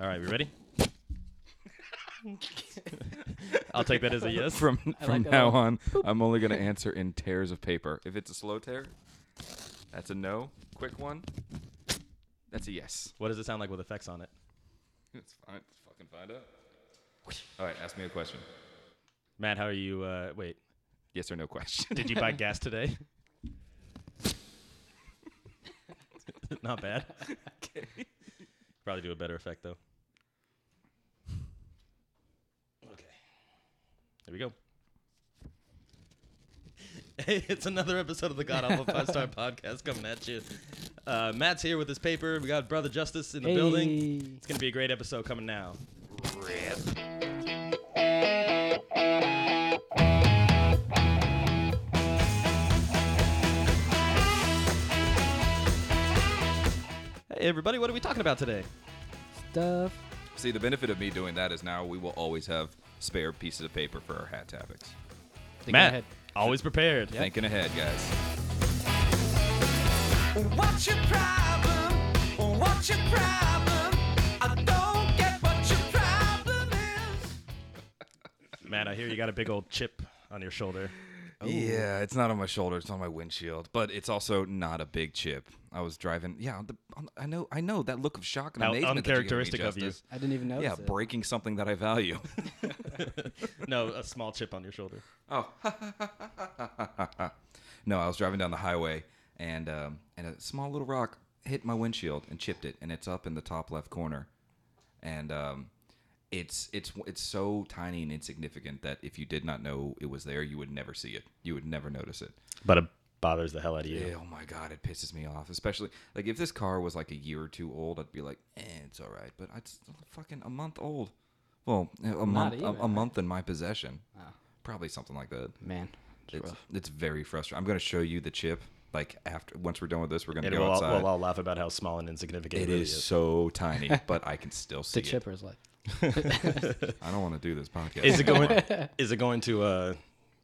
All right, we ready? I'll take that as a yes. From I from like that now one. on, I'm only gonna answer in tears of paper. If it's a slow tear, that's a no. Quick one, that's a yes. What does it sound like with effects on it? It's fine. Let's fucking find out. All right, ask me a question. Matt, how are you? Uh, wait, Yes or no question. did you buy gas today? Not bad. Probably do a better effect though. Okay. There we go. Hey, it's another episode of the God Awful Five Star Podcast coming at you. Uh, Matt's here with his paper. We got Brother Justice in the building. Hey. It's gonna be a great episode coming now. Hey everybody, what are we talking about today? Stuff. See, the benefit of me doing that is now we will always have spare pieces of paper for our hat topics. Thinking Matt, ahead. always prepared. Thinking ahead, guys. What's your problem? What's your problem? I don't get what your problem is. Matt, I hear you got a big old chip on your shoulder. Yeah, it's not on my shoulder. It's on my windshield, but it's also not a big chip. I was driving. Yeah, on the, on, I know. I know that look of shock and How amazement. that you gave me, uncharacteristic of you. Justice. I didn't even notice Yeah, it. breaking something that I value. No, a small chip on your shoulder. no, I was driving down the highway, and um, and a small little rock hit my windshield and chipped it, and it's up in the top left corner, and um, it's it's it's so tiny and insignificant that if you did not know it was there, you would never see it. You would never notice it. But it bothers the hell out of you. Yeah, oh my god, it pisses me off. Especially like if this car was like a year or two old, I'd be like, eh, it's all right. But it's fucking a month old. Well, eh, a month, a, even, a right? month in my possession. Probably something like that. Ah, Man. It's, it's very frustrating. I'm gonna show you the chip. Like after once we're done with this, we're gonna And go we'll all, outside. we'll all laugh about how small and insignificant it really is so tiny, but I can still see The it. chipper's like. I don't want to do this podcast. Is it anymore. going? is it going to uh,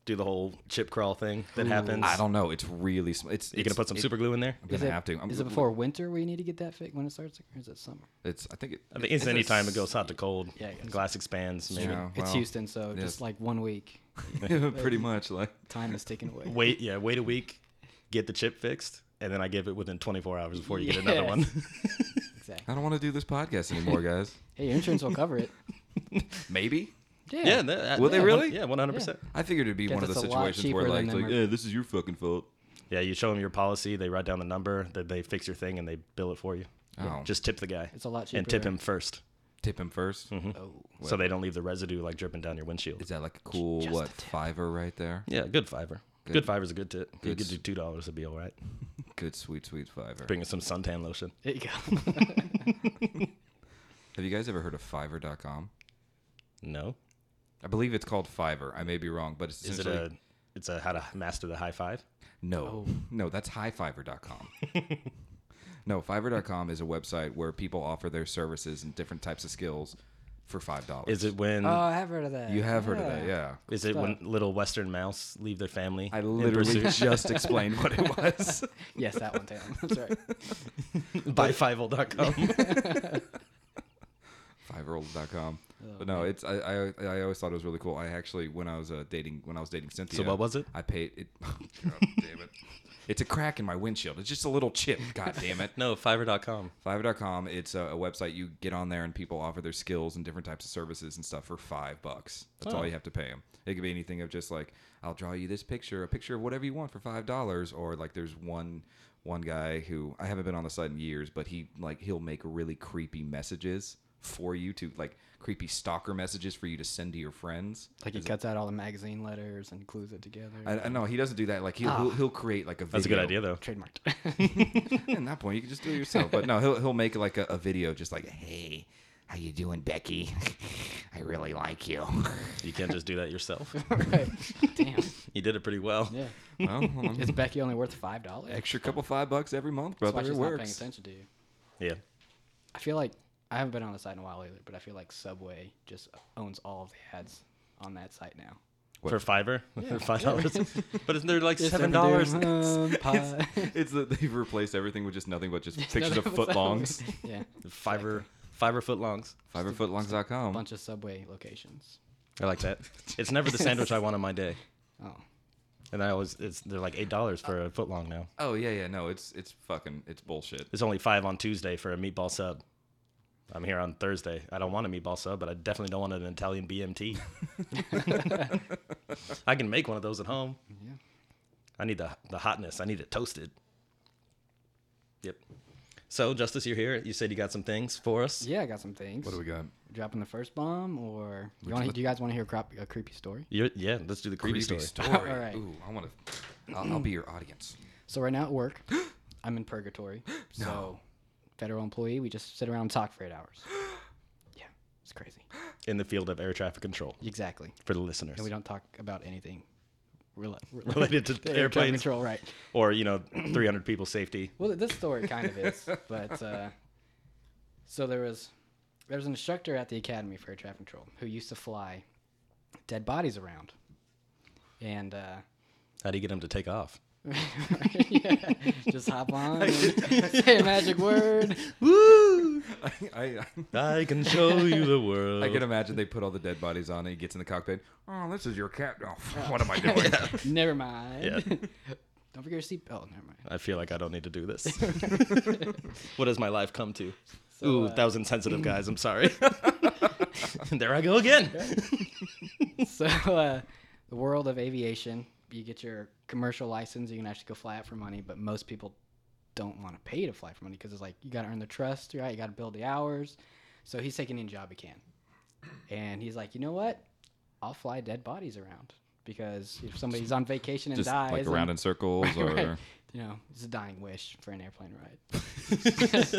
do the whole chip crawl thing that happens? I don't know. It's really. Sm- it's You gonna put some super glue in there? I'm Is gonna it, have to. I'm, is it before winter where you need to get that fixed when it starts, or is it summer? It's. I think. It, I think it's, a any time it s- goes hot to cold. Yeah, I guess. glass expands. Maybe. Yeah, it's well, Houston, so yes. just like one week, pretty much like. time is taken away. Wait, yeah, wait a week, get the chip fixed, and then I give it within 24 hours before you get another one. I Exactly. don't want to do this podcast anymore, guys. Hey, your insurance will cover it. Maybe. Yeah. yeah, that, Will they yeah, really? Yeah, 100. percent I figured it'd be Guess one of the it's a lot situations where cheaper like, than it's them like, are- yeah, this is your fucking fault. Yeah, you show them your policy, they write down the number, that they fix your thing, and they bill it for you. Oh, just Just tip the guy. It's a lot And cheaper, tip right? him first, tip him 1st Oh. so they don't leave the residue like dripping down your windshield. Is that like a cool what fiver right there? Yeah, good fiver. Good, Good. fiver's a good tip. You Good could s- do two dollars, it'd be all right. Good sweet sweet fiver. Bring us some suntan lotion. There you go. Have you guys ever heard of Fiverr.com? No, I believe it's called Fiverr. I may be wrong, but it's is it essentially a? It's a how to master the high five. no, no. That's highfiverr.com. no, Fiverr.com is a website where people offer their services and different types of skills for five dollars. Is it when? oh, I have heard of that. You have heard of that, yeah. is it when little Western mouse leave their family? I in literally pursuit? just explained what it was. Yes, that one, Taylor. That's right. by fivel.com. Fiverr.com. Oh, But no, it's I, I I always thought it was really cool. I actually when I was uh, dating when I was dating Cynthia. what was it? I paid it. oh, God damn it! It's a crack in my windshield. It's just a little chip. God damn it! no, fiverr.com. Fiverr.com. It's a, a website you get on there and people offer their skills and different types of services and stuff for five bucks. That's all you have to pay them. It could be anything of just like I'll draw you this picture, a picture of whatever you want for five dollars, or like there's one one guy who I haven't been on the site in years, but he like he'll make really creepy messages for you to like creepy stalker messages for you to send to your friends. Like he cuts out all the magazine letters and glues it together. Oh, I, I know he doesn't do that. Like he'll, he'll he'll create like a video. Ah. That's a good idea though. Trademarked. At that point, you can just do it yourself. But no, he'll he'll make like a, a video, just like, "Hey, how you doing, Becky? I really like you." You can't just do that yourself. right. Damn. you did it pretty well. Yeah. well, well, Is Becky only worth five dollars? extra couple five bucks every month, That's why brother. she's It not paying works. attention to you. Yeah. I feel like I haven't been on the site in a while either, but I feel like Subway just owns all of the ads on that site now. For Fiverr, for five dollars, but isn't there like seven dollars? $7. It's that they've replaced everything with just nothing but just pictures of Nothing but footlongs. Subway. yeah. Fiverr, Fiver foot longs. Fiverrfootlongs.com. bunch of Subway locations. I like that. it's never the sandwich I want on my day. Oh, And I always, it's they're like eight dollars for a foot long now. Oh yeah, yeah. No, it's it's fucking it's bullshit. It's only five on Tuesday for a meatball sub. I'm here on Thursday. I don't want a meatball sub, but I definitely don't want an Italian BMT. I can make one of those at home. yeah. I need the the hotness. I need it toasted. Yep. So, Justice, you're here. You said you got some things for us. Yeah, I got some things. What do we got? Dropping the first bomb, or you wanna, do you guys want to hear a, crop, a creepy story? You're, yeah, let's do the creepy, Creepy story. story. All right. Ooh, I want to. I'll, I'll be your audience. So right now at work, I'm in purgatory. So federal employee, we just sit around and talk for eight hours. yeah, it's crazy. in the field of air traffic control Exactly. for the listeners. And we don't talk about anything rela- Related to air traffic airplanes. control, right? Or, you know, 300 people safety. Well, this story kind of is, but uh, so there was there was an instructor at the academy for air traffic control who used to fly dead bodies around, and uh, How do you get them to take off? yeah, just hop on, and say a magic word. Woo! I, I, I can show you the world. I can imagine they put all the dead bodies on and he gets in the cockpit. Oh, this is your cat. Oh, what am I doing? Never mind. Yeah. Don't forget your seatbelt. Never mind. I feel like I don't need to do this. what has my life come to? So, Ooh, uh, that was insensitive, guys. I'm sorry. there I go again. So uh, the world of aviation, you get your commercial license, you can actually go fly out for money, but most people don't want to pay to fly for money because it's like you got to earn the trust, right? You got to build the hours. So he's taking any job he can, and he's like, you know what? I'll fly dead bodies around because if somebody's on vacation and Just dies, like and- around in circles or. Right. You know, it's a dying wish for an airplane ride.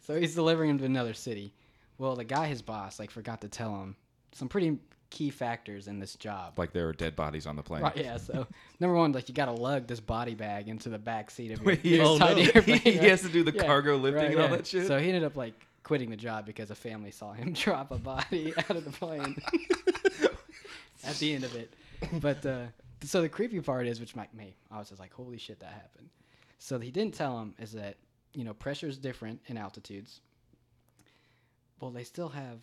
so he's delivering him to another city. Well, the guy, his boss, like forgot to tell him some pretty key factors in this job. Like there are dead bodies on the plane. Right, yeah. So number one, like you gotta lug this body bag into the back seat of your, he- your oh, tiny no. airplane, He right? has to do the cargo lifting and all that shit. So he ended up like quitting the job because a family saw him drop a body out of the plane at the end of it. But uh, so the creepy part is, which might me, I was just like, holy shit, that happened. So he didn't tell him is that you know pressure is different in altitudes. Well, they still have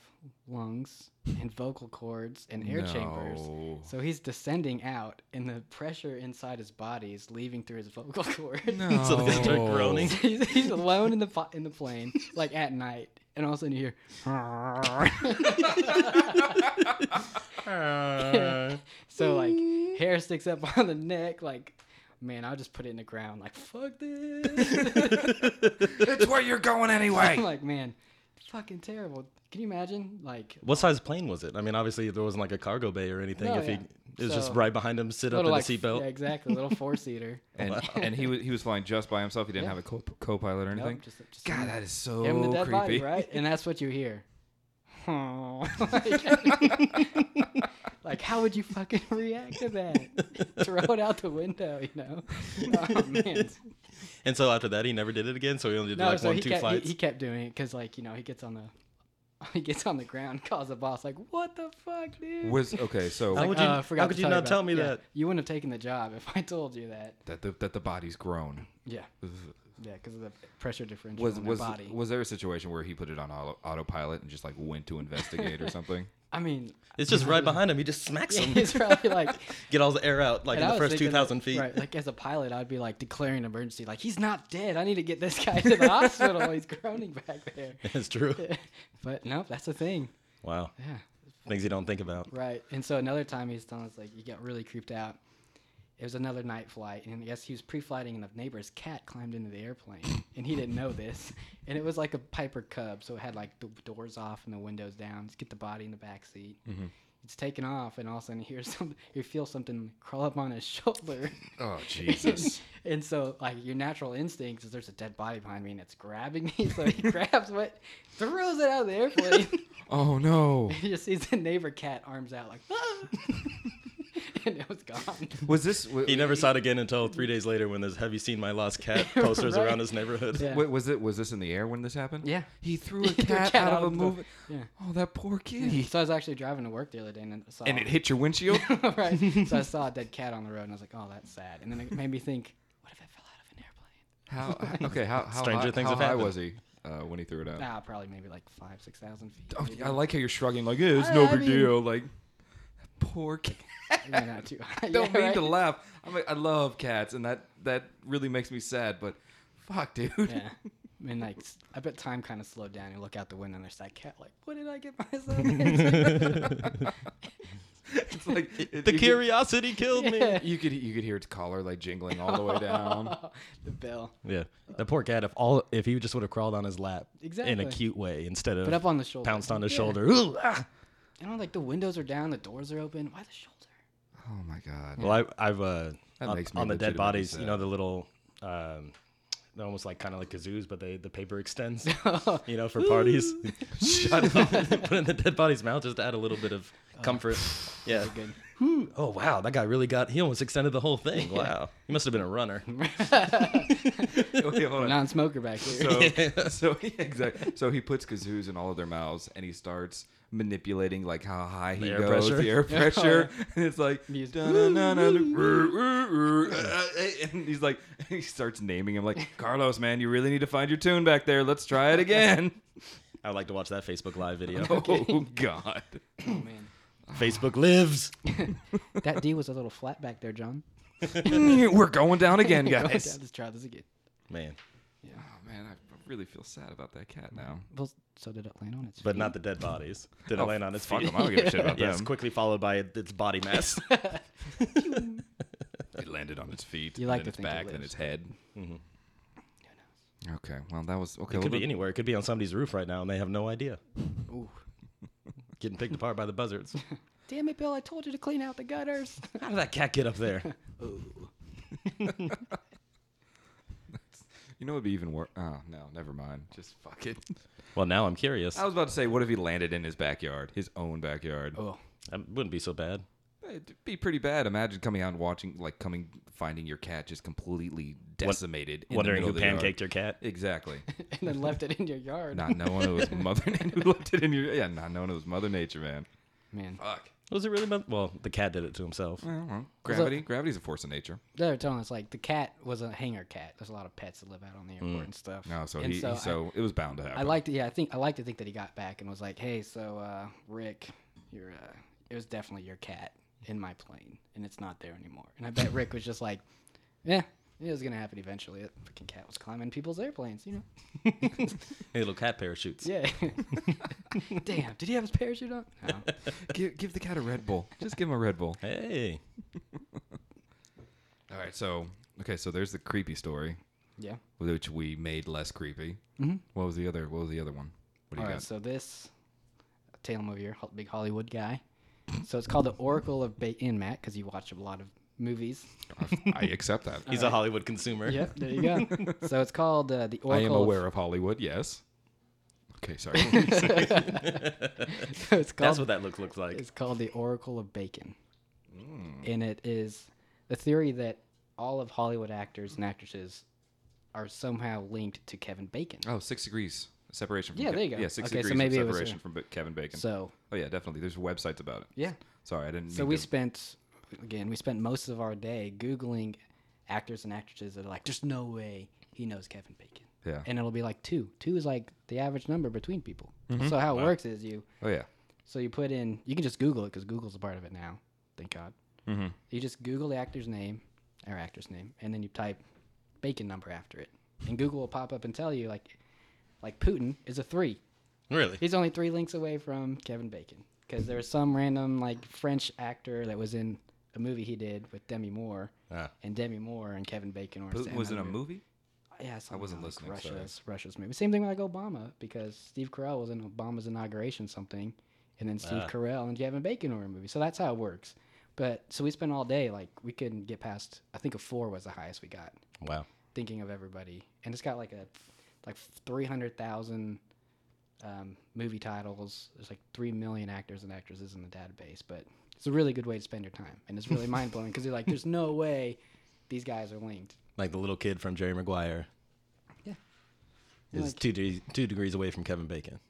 lungs and vocal cords and air chambers. No. So he's descending out, and the pressure inside his body is leaving through his vocal cords. So they start No. groaning. he's, he's alone in the po- in the plane, like at night, and all of a sudden you hear. Uh. so Mm. like hair sticks up on the neck, like. Man, I'll just put it in the ground. Like, fuck this. It's where you're going I'm anyway. like, man, fucking terrible. Can you imagine? Like, What size plane was it? I mean, obviously there wasn't like a cargo bay or anything. No, if he yeah. it was just So- right behind him, sit up in little like, the seatbelt. Yeah, exactly. Little four seater. And, and he was he was flying just by himself. He didn't Yeah. have a co- co-pilot or anything. just, just God, that is so Give him the dead creepy. body, right? And that's what you hear. like, like, how would you fucking react to that? Throw it out the window, you know? Oh, man. And so after that, he never did it again. So he only did No, like so one, he two kept, he, flights. he kept doing it because, like, you know, he gets on the he gets on the ground, calls the boss, like, "What the fuck, dude?" Was okay. So How would you- uh, how forgot could to you tell not about- tell me yeah, that? You wouldn't have taken the job if I told you that. that the, that the body's grown. Yeah, yeah, because of the pressure differential Was in was the body. was there a situation where he put it on auto, autopilot and just like went to investigate or something? I mean, it's just right behind him. He just smacks him. it's probably like Get all the air out, like And in I the was first thinking two thousand that- feet. Right, like as a pilot, I'd be like declaring an emergency. Like he's not dead. I need to get this guy to the hospital. He's groaning back there. It's true. But nope, that's the thing. Wow, Yeah, things you don't think about. right. And so another time he's telling us like you got really creeped out. It was another night flight, and I guess he was pre-flighting, and the neighbor's cat climbed into the airplane, and he didn't know this. And it was like a Piper Cub, so it had like the doors off and the windows down. Just get the body in the back seat. It's taken off, and all of a sudden, you hear something, you feel something crawl up on his shoulder. Oh Jesus! and so like your natural instinct is there's a dead body behind me and it's grabbing me so he grabs what throws it out of the airplane oh no! he just sees the neighbor cat arms out like "Ah!" and it was gone Was this w- He never saw it again until three days later when there's "Have you seen my lost cat?" posters Right. around his neighborhood. Yeah. w- was it was this in the air when this happened? Yeah. He threw a He threw a cat, cat out, of a the- movie. yeah Oh, that poor kitty! so i was actually driving to work the other day and then I saw And it hit your windshield. right so i saw a dead cat on the road and i was like oh that's sad and then it made me think what if it fell out of an airplane How okay? How, how Stranger high, things how have high happened. was he? uh, when he threw it out? Nah, probably maybe like five, six thousand feet. Oh, maybe. I like how you're shrugging, like yeah, it's I- no I big mean- deal. Like, poor cat. Maybe not too high. Don't Yeah, mean to right? laugh. I'm like, I love cats, and that that really makes me sad. But fuck, dude. Yeah. I mean, like, s- I bet time kind of slowed down. You look out the window and there's that cat. Like, what did I get myself into? it's like it- The you could- curiosity killed me. Yeah. You could you could hear its collar like jingling all the way down. the bell. Yeah, the poor cat. If all, if he just would have crawled on his lap in Exactly. a cute way instead of But up on the shoulder. pounced on his Yeah. shoulder. Ooh, ah. I don't know, like the windows are down, the doors are open. Why the shoulder? Oh my god. Well, I, I've uh, That on, makes me on the dead legitimately bodies. You sad. know the little, um, they're almost like kind of like kazoos, but they the paper extends. you know, for parties. Shut up. Put in the dead body's mouth just to add a little bit of Oh, comfort. yeah. Good. Whew. Oh wow, that guy really got. He almost extended the whole thing. Wow, he must have been a runner. Wait, hold on. Non-smoker back here. So, so yeah, exactly. So he puts kazoos in all of their mouths, and he starts manipulating like how high he The air goes, pressure. the air pressure, and it's like Music. "Dun-dun-dun-dun, roo, roo, roo," uh, and he's like, he starts naming him like Carlos, man, you really need to find your tune back there. Let's try it again. I would like to watch that Facebook Live video. Oh God. oh man, Facebook lives. that D was a little flat back there, John. We're going down again, Go down, guys. Let's try this again. Man, Oh man, I really feel sad about that cat now. Well, so did it land on its but feet? not the dead bodies. Did it Oh, land on its Fuck feet? 'em, I don't give a shit about Yes, them. quickly followed by its body mass. It landed on its feet, You and like then to its think it back, then lives. its head. Okay, well that was okay. Mm-hmm. It well, could be the- anywhere. It could be on somebody's roof right now, and they have no idea. Ooh. Getting picked apart by the buzzards. Damn it, Bill! I told you to clean out the gutters. How did that cat get up there? You know, it'd be even worse. Oh no, never mind. Just fuck it. Well, now I'm curious. I was about to say, what if he landed in his backyard, his own backyard? oh, That wouldn't be so bad. It'd be pretty bad. Imagine coming out and watching, like coming, finding your cat just completely decimated. in the Wondering middle who of the yard. pancaked your cat. Exactly. and then left it in your yard. not knowing it was mother nature. who left it in your yeah. Not knowing it was mother nature, man. Man, Fuck. Was it really? meant- Well, the cat did it to himself. Well, well, gravity. Gravity's a force of nature. they're telling us like the cat was a hanger cat. There's a lot of pets that live out on the airport and stuff. No, Oh, so And he. so So, I- it was bound to happen. I like to, yeah, I think I like to think that he got back and was like, "Hey, so uh, Rick, you're, uh, it was definitely your cat in my plane, and it's not there anymore." And I bet Rick was just like, "Yeah, it was gonna happen eventually. That freaking cat was climbing people's airplanes, you know." Hey, little cat parachutes. Yeah. Damn, did he have his parachute on? No. give, give the cat a Red Bull. Just give him a Red Bull. Hey. All right. So okay. So there's the creepy story, Yeah. which we made less creepy. Mm-hmm. What was the other? What was the other one? What do All you right, got? so this Tatum over here, ho- big Hollywood guy. So it's called the Oracle of Bay and Matt because you watch a lot of movies. I accept that. He's a Hollywood consumer. Yep, there you go. so it's called uh, the Oracle. I am of- aware of Hollywood. Yes. Okay. Sorry. so it's called That's what that look looks like. It's called the Oracle of Bacon. Mm. And it is the theory that all of Hollywood actors and actresses are somehow linked to Kevin Bacon. oh, six degrees separation. From Yeah, Ke- there you go. Yeah, six Okay, so degrees maybe it of was, uh, separation from Ba- Kevin Bacon. So, oh yeah, definitely. There's websites about it. yeah. Sorry, I didn't. So mean we to- spent, again, we spent most of our day Googling actors and actresses that are like, there's no way he knows Kevin Bacon. Yeah. And it'll be like two. Two is like the average number between people. Mm-hmm. So how it works is you oh yeah. So you put in, you can just Google it because Google's a part of it now. Thank God. Mm-hmm. You just Google the actor's name or actress name, and then you type bacon number after it, and Google will pop up and tell you like, like Putin is a three. Really? He's only three links away from Kevin Bacon because there was some random like French actor that was in a movie he did with Demi Moore, Ah. and Demi Moore and Kevin Bacon were. But in was that it a movie? yeah, something wasn't like listening, sorry. uh, Russia's Russia's movie. Same thing with like Obama because Steve Carell was in Obama's inauguration something, and then Ah. Steve Carell and Kevin Bacon were in a movie. So that's how it works. But so we spent all day like we couldn't get past. I think a four was the highest we got. Wow. Thinking of everybody, and it's got like a like three hundred thousand um, movie titles. There's like three million actors and actresses in the database, but it's a really good way to spend your time, and it's really mind blowing because you're like, there's no way these guys are linked. Like the little kid from Jerry Maguire. Yeah. Is Like- two, de- two degrees away from Kevin Bacon.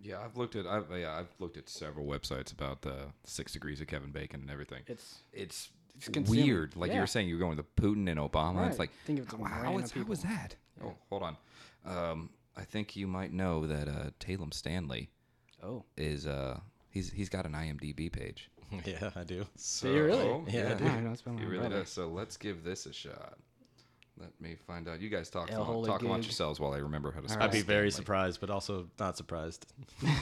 Yeah, I've looked at. I've yeah, I've looked at several websites about the six degrees of Kevin Bacon and everything. It's it's It's consuming. weird. Like you Yeah. were saying, you were going to Putin and Obama. Right. It's like, Think of some how, how random is, how people. is that? Oh, hold on. Um, I think you might know that uh, Talem Stanley Oh, is uh, he's he's got an IMDb page. yeah, I do. So, you really? oh, Yeah, I do. Wow, that's been he my really brother. does. So let's give this a shot. Let me find out. You guys talk El among, Holy talk amongst Gig. yourselves while I remember how to. spell I'd be very Stanley. surprised, but also not surprised.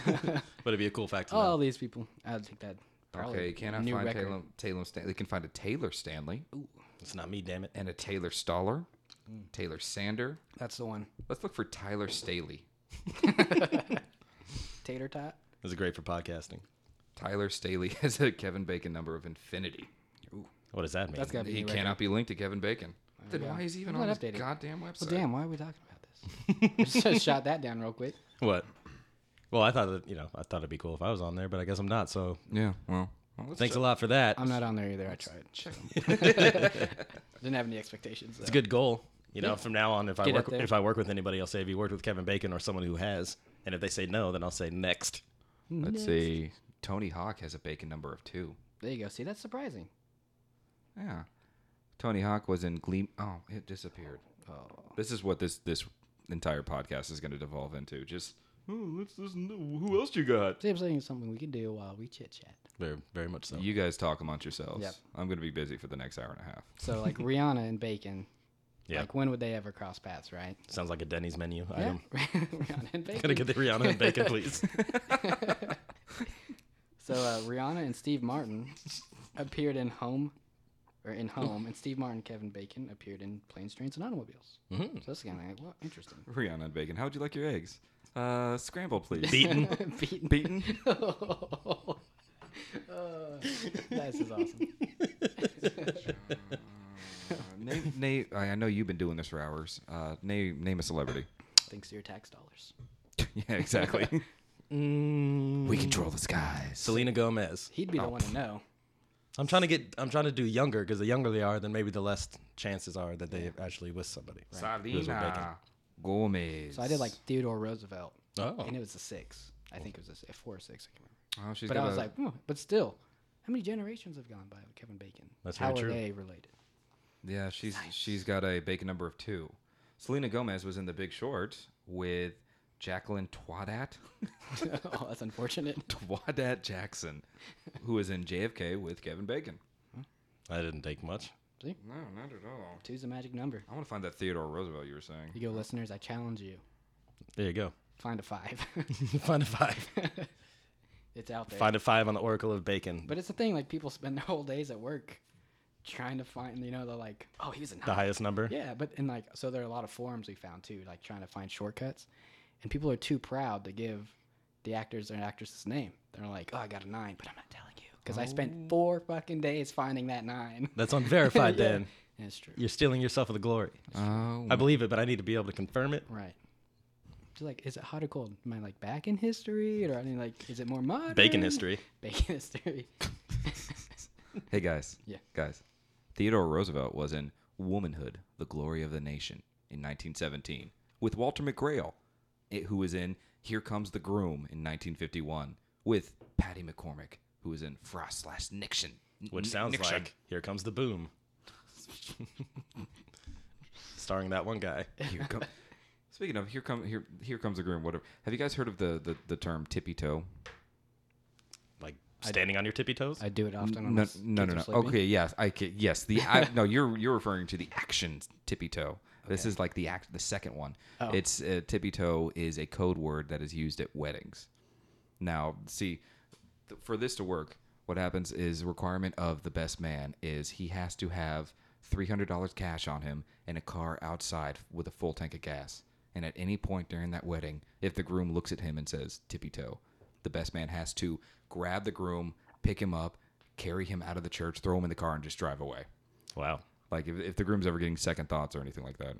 but it'd be a cool fact to know. all these people. I would think that. probably Okay, you cannot new find record. Talem, Talem Stanley. They can find a Taylor Stanley It's not me, damn it. and a Taylor Stoller, Mm. Taylor Sander. That's the one. Let's look for Tyler Staley. Tater tot. This is great for podcasting. Tyler Staley has a Kevin Bacon number of infinity. What does that mean? That's gotta be. He new record. cannot be linked to Kevin Bacon. Then yeah. why is he even I'm on not this updated. goddamn website? Well, damn. Why are we talking about this? Just shot that down real quick. what? Well, I thought that you know, I thought it'd be cool if I was on there, but I guess I'm not. So Yeah, well, well let's thanks check- a lot for that. I'm not on there either. I tried. Didn't have any expectations. It's a good goal. You know, from now on, if I Get work up there. if I work with anybody, I'll say, "Have you worked with Kevin Bacon or someone who has?" And if they say no, then I'll say next. Let's see. Tony Hawk has a Bacon number of two. There you go. See, that's surprising. Yeah. Tony Hawk was in Gleam. Oh, it disappeared. This is what this this entire podcast is going to devolve into. Just oh, let's listen. To, who else you got? Seems like it's something we can do while we chit chat. Very, very much so. You guys talk amongst yourselves. Yep. I'm going to be busy for the next hour and a half. So like Rihanna and Bacon. Yeah. Like when would they ever cross paths, right? Sounds like a Denny's menu item. Rihanna and Bacon. Gonna get the Rihanna and bacon, please. So uh, Rihanna and Steve Martin appeared in Home, or in Home, and Steve Martin, Kevin Bacon appeared in Planes, Trains, and Automobiles. Mm-hmm. So that's kind of like, well, interesting. Rihanna and Bacon, how would you like your eggs? Uh, scramble, please. Beaten. Beaten. Beaten. oh, this is awesome. name, name, I I know you've been doing this for hours. Uh, name, name a celebrity. Thanks to your tax dollars. yeah, exactly. Mm, we control the skies. Selena Gomez. He'd be the one to know. I'm trying to get. I'm trying to do younger because the younger they are, then maybe the less chances are that they actually with somebody. Who's with Salina Gomez. So I did like Theodore Roosevelt, Oh, and it was a six. I think it was a, s- a four or six. I can't remember. Oh, she's But got I was a- like, hmm, but still, how many generations have gone by with Kevin Bacon? That's how very true. are they related? Yeah, she's she's got a bacon number of two. Selena Gomez was in The Big Short with Jacqueline Twadat, oh, that's unfortunate. Twadat Jackson, who was in JFK with Kevin Bacon. that didn't take much. No, not at all. Two's a magic number. I want to find that Theodore Roosevelt you were saying. You go, listeners, I challenge you. There you go. Find a five. Find a five. it's out there. Find a five on the Oracle of Bacon. but it's the thing, like people spend their whole days at work trying to find, you know, they're like, oh, he was a the nine. highest number. Yeah, but and like so there are a lot of forums we found too, like trying to find shortcuts, and people are too proud to give the actors and actresses name. They're like, oh, I got a nine, but I'm not telling you because I spent four fucking days finding that nine. That's unverified. Then And it's true. you're stealing yourself of the glory. Oh, I believe it, but I need to be able to confirm it. Right. So like, is it hot or cold? Am I like back in history, or I mean, like, is it more modern? Bacon history. Bacon history. hey guys. Yeah. Guys, Theodore Roosevelt was in Womanhood: The Glory of the Nation in 1917 with Walter McGrail, it- who was in Here Comes the Groom in 1951 with Patty McCormick, who was in Frost slash Nixon. Which sounds like here comes the boom. Starring that one guy. Here come. Speaking of here come here here comes the groom. Whatever. Have you guys heard of the the, the term tippy toe? Like standing on your tippy toes. I do it often. when No, my s- no, no, kids no. are sleeping. Okay, yes, I ca- yes. The I, no, you're you're referring to the action tippy toe. This is like the act the second one. Oh. It's uh, tippy toe is a code word that is used at weddings. Now, see, th- for this to work, what happens is requirement of the best man is he has to have three hundred dollars cash on him and a car outside with a full tank of gas. And at any point during that wedding, if the groom looks at him and says tippy toe, the best man has to grab the groom, pick him up, carry him out of the church, throw him in the car, and just drive away. Wow. Like if, if the groom's ever getting second thoughts or anything like that.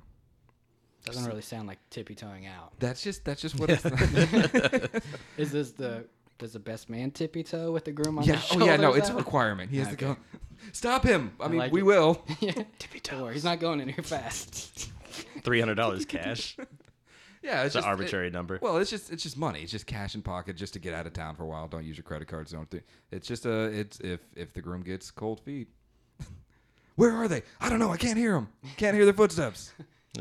Doesn't really sound like tippy toeing out. That's just that's just what it's Is this the does the best man tippy toe with the groom on Yeah. his Oh yeah, no, it's a shoulders requirement. He has to go. Stop him. I mean, like we it. will. out? yeah. tippy toe. He's not going in here fast. Three hundred dollars cash. Yeah, it's, It's an just, arbitrary it- number. Well, it's just it's just money. It's just cash in pocket just to get out of town for a while. Don't use your credit cards. Don't. Th- it's just uh, it's if if the groom gets cold feet. Where are they? I don't know. I can't hear them. Can't hear their footsteps.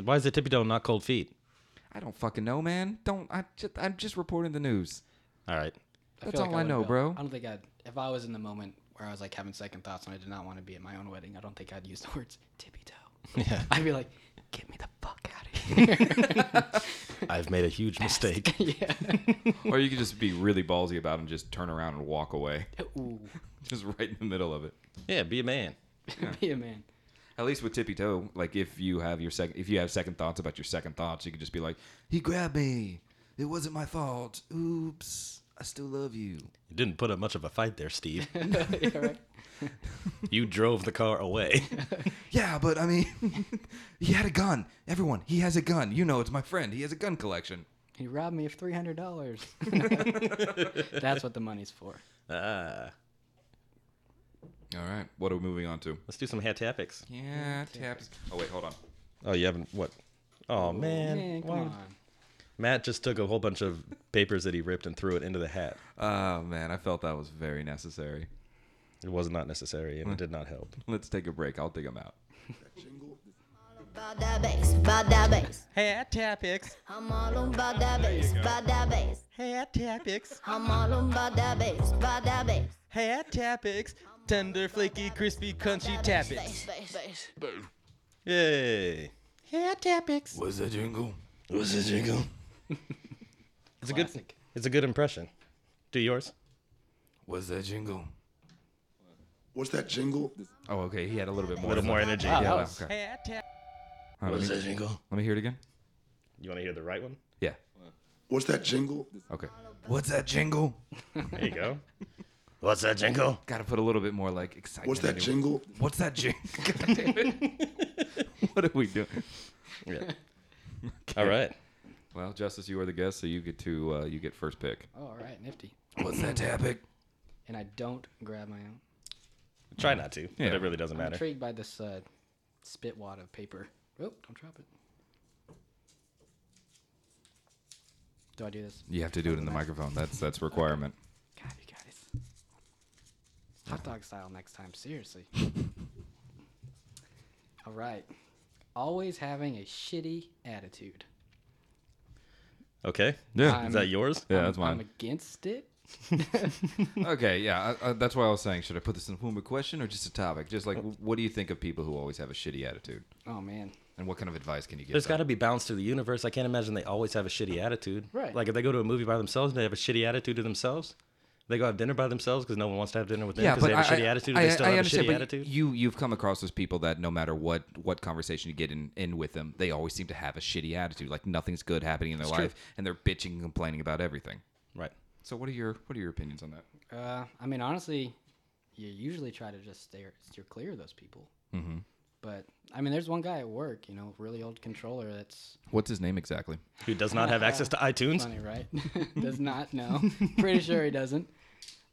Why is the tippy toe not cold feet? I don't fucking know, man. Don't I? Just, I'm just reporting the news. All right. I That's feel all I would've know, built- bro. I don't think I'd. If I was in the moment where I was like having second thoughts and I did not want to be at my own wedding, I don't think I'd use the words tippy toe. Yeah. I'd be like, get me the fuck out of I've made a huge mistake. here. yeah. or you could just be really ballsy about it and just turn around and walk away, Ooh, just right in the middle of it. Yeah, be a man. be a man. At least with tippy toe, like if you have your second, if you have second thoughts about your second thoughts, you could just be like, "He grabbed me. It wasn't my fault. Oops. I still love you." You didn't put up much of a fight there, Steve. Yeah, right. You drove the car away. Yeah, but I mean, he had a gun. Everyone, he has a gun. You know, it's my friend. He has a gun collection. He robbed me of three hundred dollars. That's what the money's for. Ah, All right, what are we moving on to? let's do some hat topics. Yeah, taps. Oh wait, hold on. Oh, you haven't what? Oh man, Man, come why- on. Matt just took a whole bunch of papers that he ripped and threw it into the hat. Oh man, I felt that was very necessary. It was not necessary and it did not help. Let's take a break. I'll dig them out. About that bass, about that bass. Hat topics. I'm all on about that bass, about that bass. Hat topics. I'm all on about that bass, about that bass. Hat topics. Tender, flaky, crispy, crunchy topics. Bass, bass, bass. Yay. Hat topics. Was that jingle? What's the jingle? it's a good. It's a good impression. Do yours. Was that jingle? What's that jingle? Oh, okay. He had a little bit A more. little more energy. Wow, Yeah, that okay. was- All right, let, me, jingle? let me hear it again. You want to hear the right one? Yeah. What's that jingle? Okay. What's that jingle? There you go. What's that jingle? Got to put a little bit more like excitement. What's that into it. jingle? What's that jingle? God damn it. what are we doing? Yeah. All right. Well, Justice, you are the guest, so you get to uh, you get first pick. Oh, all right, nifty. What's that topic? And I don't grab my own. Try not to, Yeah. but it really doesn't I'm matter. intrigued by this uh, spit wad of paper. Oh, don't drop it. Do I do this? You have to do it in the microphone. That's that's requirement. God, you guys. Hot dog style next time, seriously. All right. Always having a shitty attitude. Okay. Yeah. Is that yours? yeah, that's I'm mine. against it. okay, yeah, I, I, that's why I was saying, should I put this in the form of a question or just a topic? Just like, wh- what do you think of people who always have a shitty attitude, Oh, man. and what kind of advice can you give? There's got them? to be balance to the universe. I can't imagine they always have a shitty attitude. Right. Like if they go to a movie by themselves and they have a shitty attitude to themselves, they go have dinner by themselves because no one wants to have dinner with them yeah, because but they have a I, shitty I- attitude. I, they still I have a understand, shitty but attitude. You you've come across those people that no matter what what conversation you get in, in with them, they always seem to have a shitty attitude. Like nothing's good happening in their life, and they're bitching and complaining about everything. right. So, what are your what are your opinions on that? Uh, I mean, honestly, you usually try to just steer, steer clear of those people. Mm-hmm. But, I mean, there's one guy at work, you know, really old controller that's What's his name exactly? Who does not have access to iTunes? funny, right? Does not know. Pretty sure he doesn't.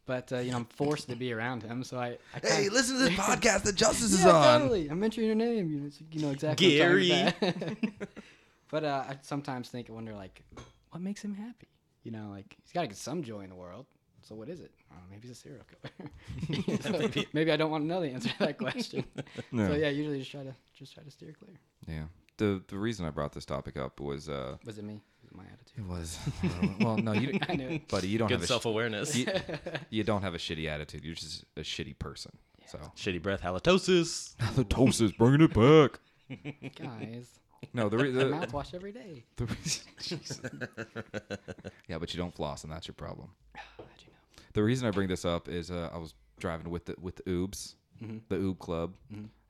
But, uh, you know, I'm forced to be around him, so I, I kinda- Hey, listen to this podcast that Justice is yeah, on. Totally. I mentioned your name. You, you know exactly. Gary. What I'm talking about. but uh, I sometimes think, I wonder, like, what makes him happy? You know, like he's got to get some joy in the world. So what is it? I don't know, maybe he's a serial killer. So maybe I don't want to know the answer to that question. So yeah, usually just try to just try to steer clear. Yeah. The the reason I brought this topic up was uh Was it me? Was it my attitude? it was well no you I knew it. buddy you don't Good have self awareness. a sh- you, you don't have a shitty attitude. You're just a shitty person. So Shitty breath, halitosis. the toast is bringing it back. Guys, No, the, re- the, mouthwash every day. the reason Yeah, but you don't floss and that's your problem. How'd you know? The reason I bring this up is uh, I was driving with the with the Oobs, the Oob Club,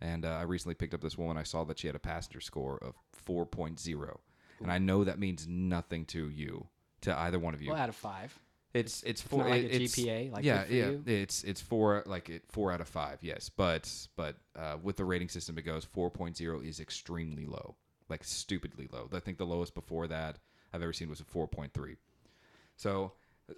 and uh, I recently picked up this woman. I saw that she had a passenger score of 4.0, and I know that means nothing to you, to either one of you. Well, out of five. It's it's not four like it- a it's- GPA, like yeah good for yeah you? it's it's four like it, four out of five yes but but uh, with the rating system it goes 4.0 is extremely low like stupidly low I think the lowest before that I've ever seen was a 4.3 so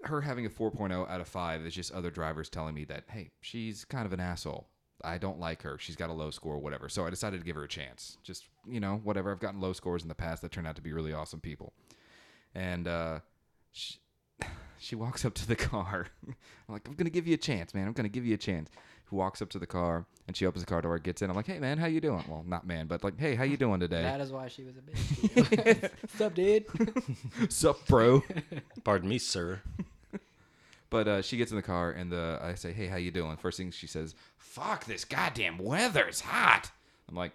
her having a 4.0 out of five is just other drivers telling me that hey she's kind of an asshole I don't like her she's got a low score whatever so I decided to give her a chance just you know whatever I've gotten low scores in the past that turned out to be really awesome people and uh, she, She walks up to the car. I'm like, I'm gonna give you a chance, man. I'm gonna give you a chance. Who walks up to the car and she opens the car door, gets in. I'm like, hey man, how you doing? Well, not man, but like, hey, how you doing today? That is why she was a bitch. What's up, dude? Sup, bro. Pardon me, sir. But uh, she gets in the car, and the I say, "Hey, how you doing?" First thing she says, "Fuck this goddamn weather's hot." I'm like,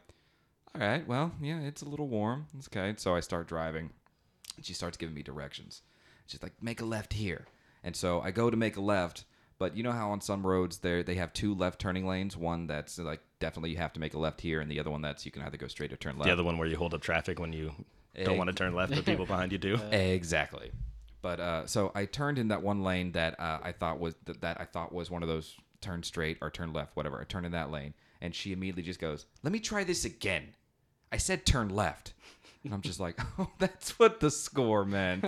"All right, well, yeah, it's a little warm. It's okay." So I start driving, and she starts giving me directions. She's like, "Make a left here," and so I go to make a left. But you know how on some roads there they have two left turning lanes, one that's like definitely you have to make a left here, and the other one that's you can either go straight or turn left. The other one where you hold up traffic when you don't Egg. want to turn left, but people behind you do. Exactly. But uh, so I turned in that one lane that uh, I thought was that, that I thought was one of those turn straight or turn left, whatever. I turned in that lane, and she immediately just goes, "Let me try this again." I said turn left. And I'm just like, oh, that's what the score meant.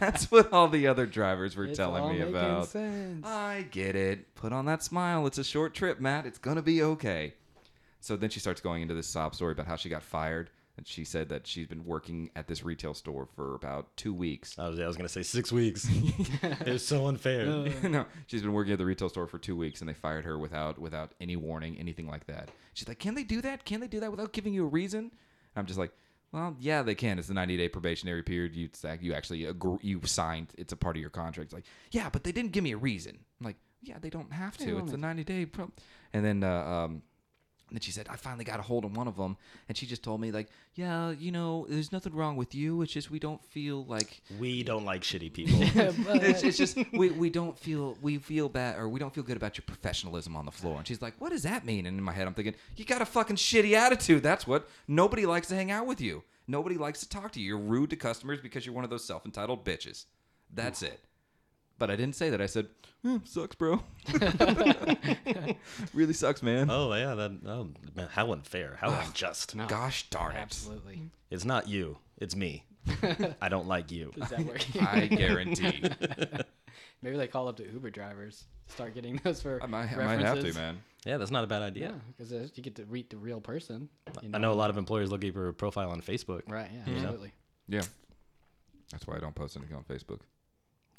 That's what all the other drivers were It's all telling me making about. sense. I get it. Put on that smile. It's a short trip, Matt. It's gonna be okay. So then she starts going into this sob story about how she got fired, and she said that she's been working at this retail store for about two weeks. I was, I was gonna say six weeks. They're so unfair. no, she's been working at the retail store for two weeks, and they fired her without without any warning, anything like that. She's like, "Can they do that? Can they do that without giving you a reason?" And I'm just like, "Well, yeah, they can. It's a 90 day probationary period. You sac- you actually agree, you signed. It's a part of your contract." It's like, "Yeah, but they didn't give me a reason." I'm like, "Yeah, they don't have to. It's a 90 day pro." And then uh, um, and then she said, I finally got a hold of one of them. And she just told me, like, yeah, you know, there's nothing wrong with you. It's just we don't feel like We don't like shitty people. it's, it's just we, we don't feel we feel bad or we don't feel good about your professionalism on the floor. And she's like, "What does that mean?" And in my head, I'm thinking, "You got a fucking shitty attitude. That's what nobody likes to hang out with you. Nobody likes to talk to you. You're rude to customers because you're one of those self entitled bitches. That's it." But I didn't say that. I said, "Hmm, "Sucks, bro. really sucks, man. oh yeah, that. Oh, man, how unfair. How unjust. Gosh darn it." Absolutely. It's not you. It's me. I don't like you. Does that work? I guarantee. Maybe they call up the Uber drivers. Start getting those for I might, I references. might have to, man. Yeah, that's not a bad idea. Yeah, because you get to read the real person. you I know a lot of employers look at your profile on Facebook. Right. Yeah. Absolutely. Yeah. That's why I don't post anything on Facebook.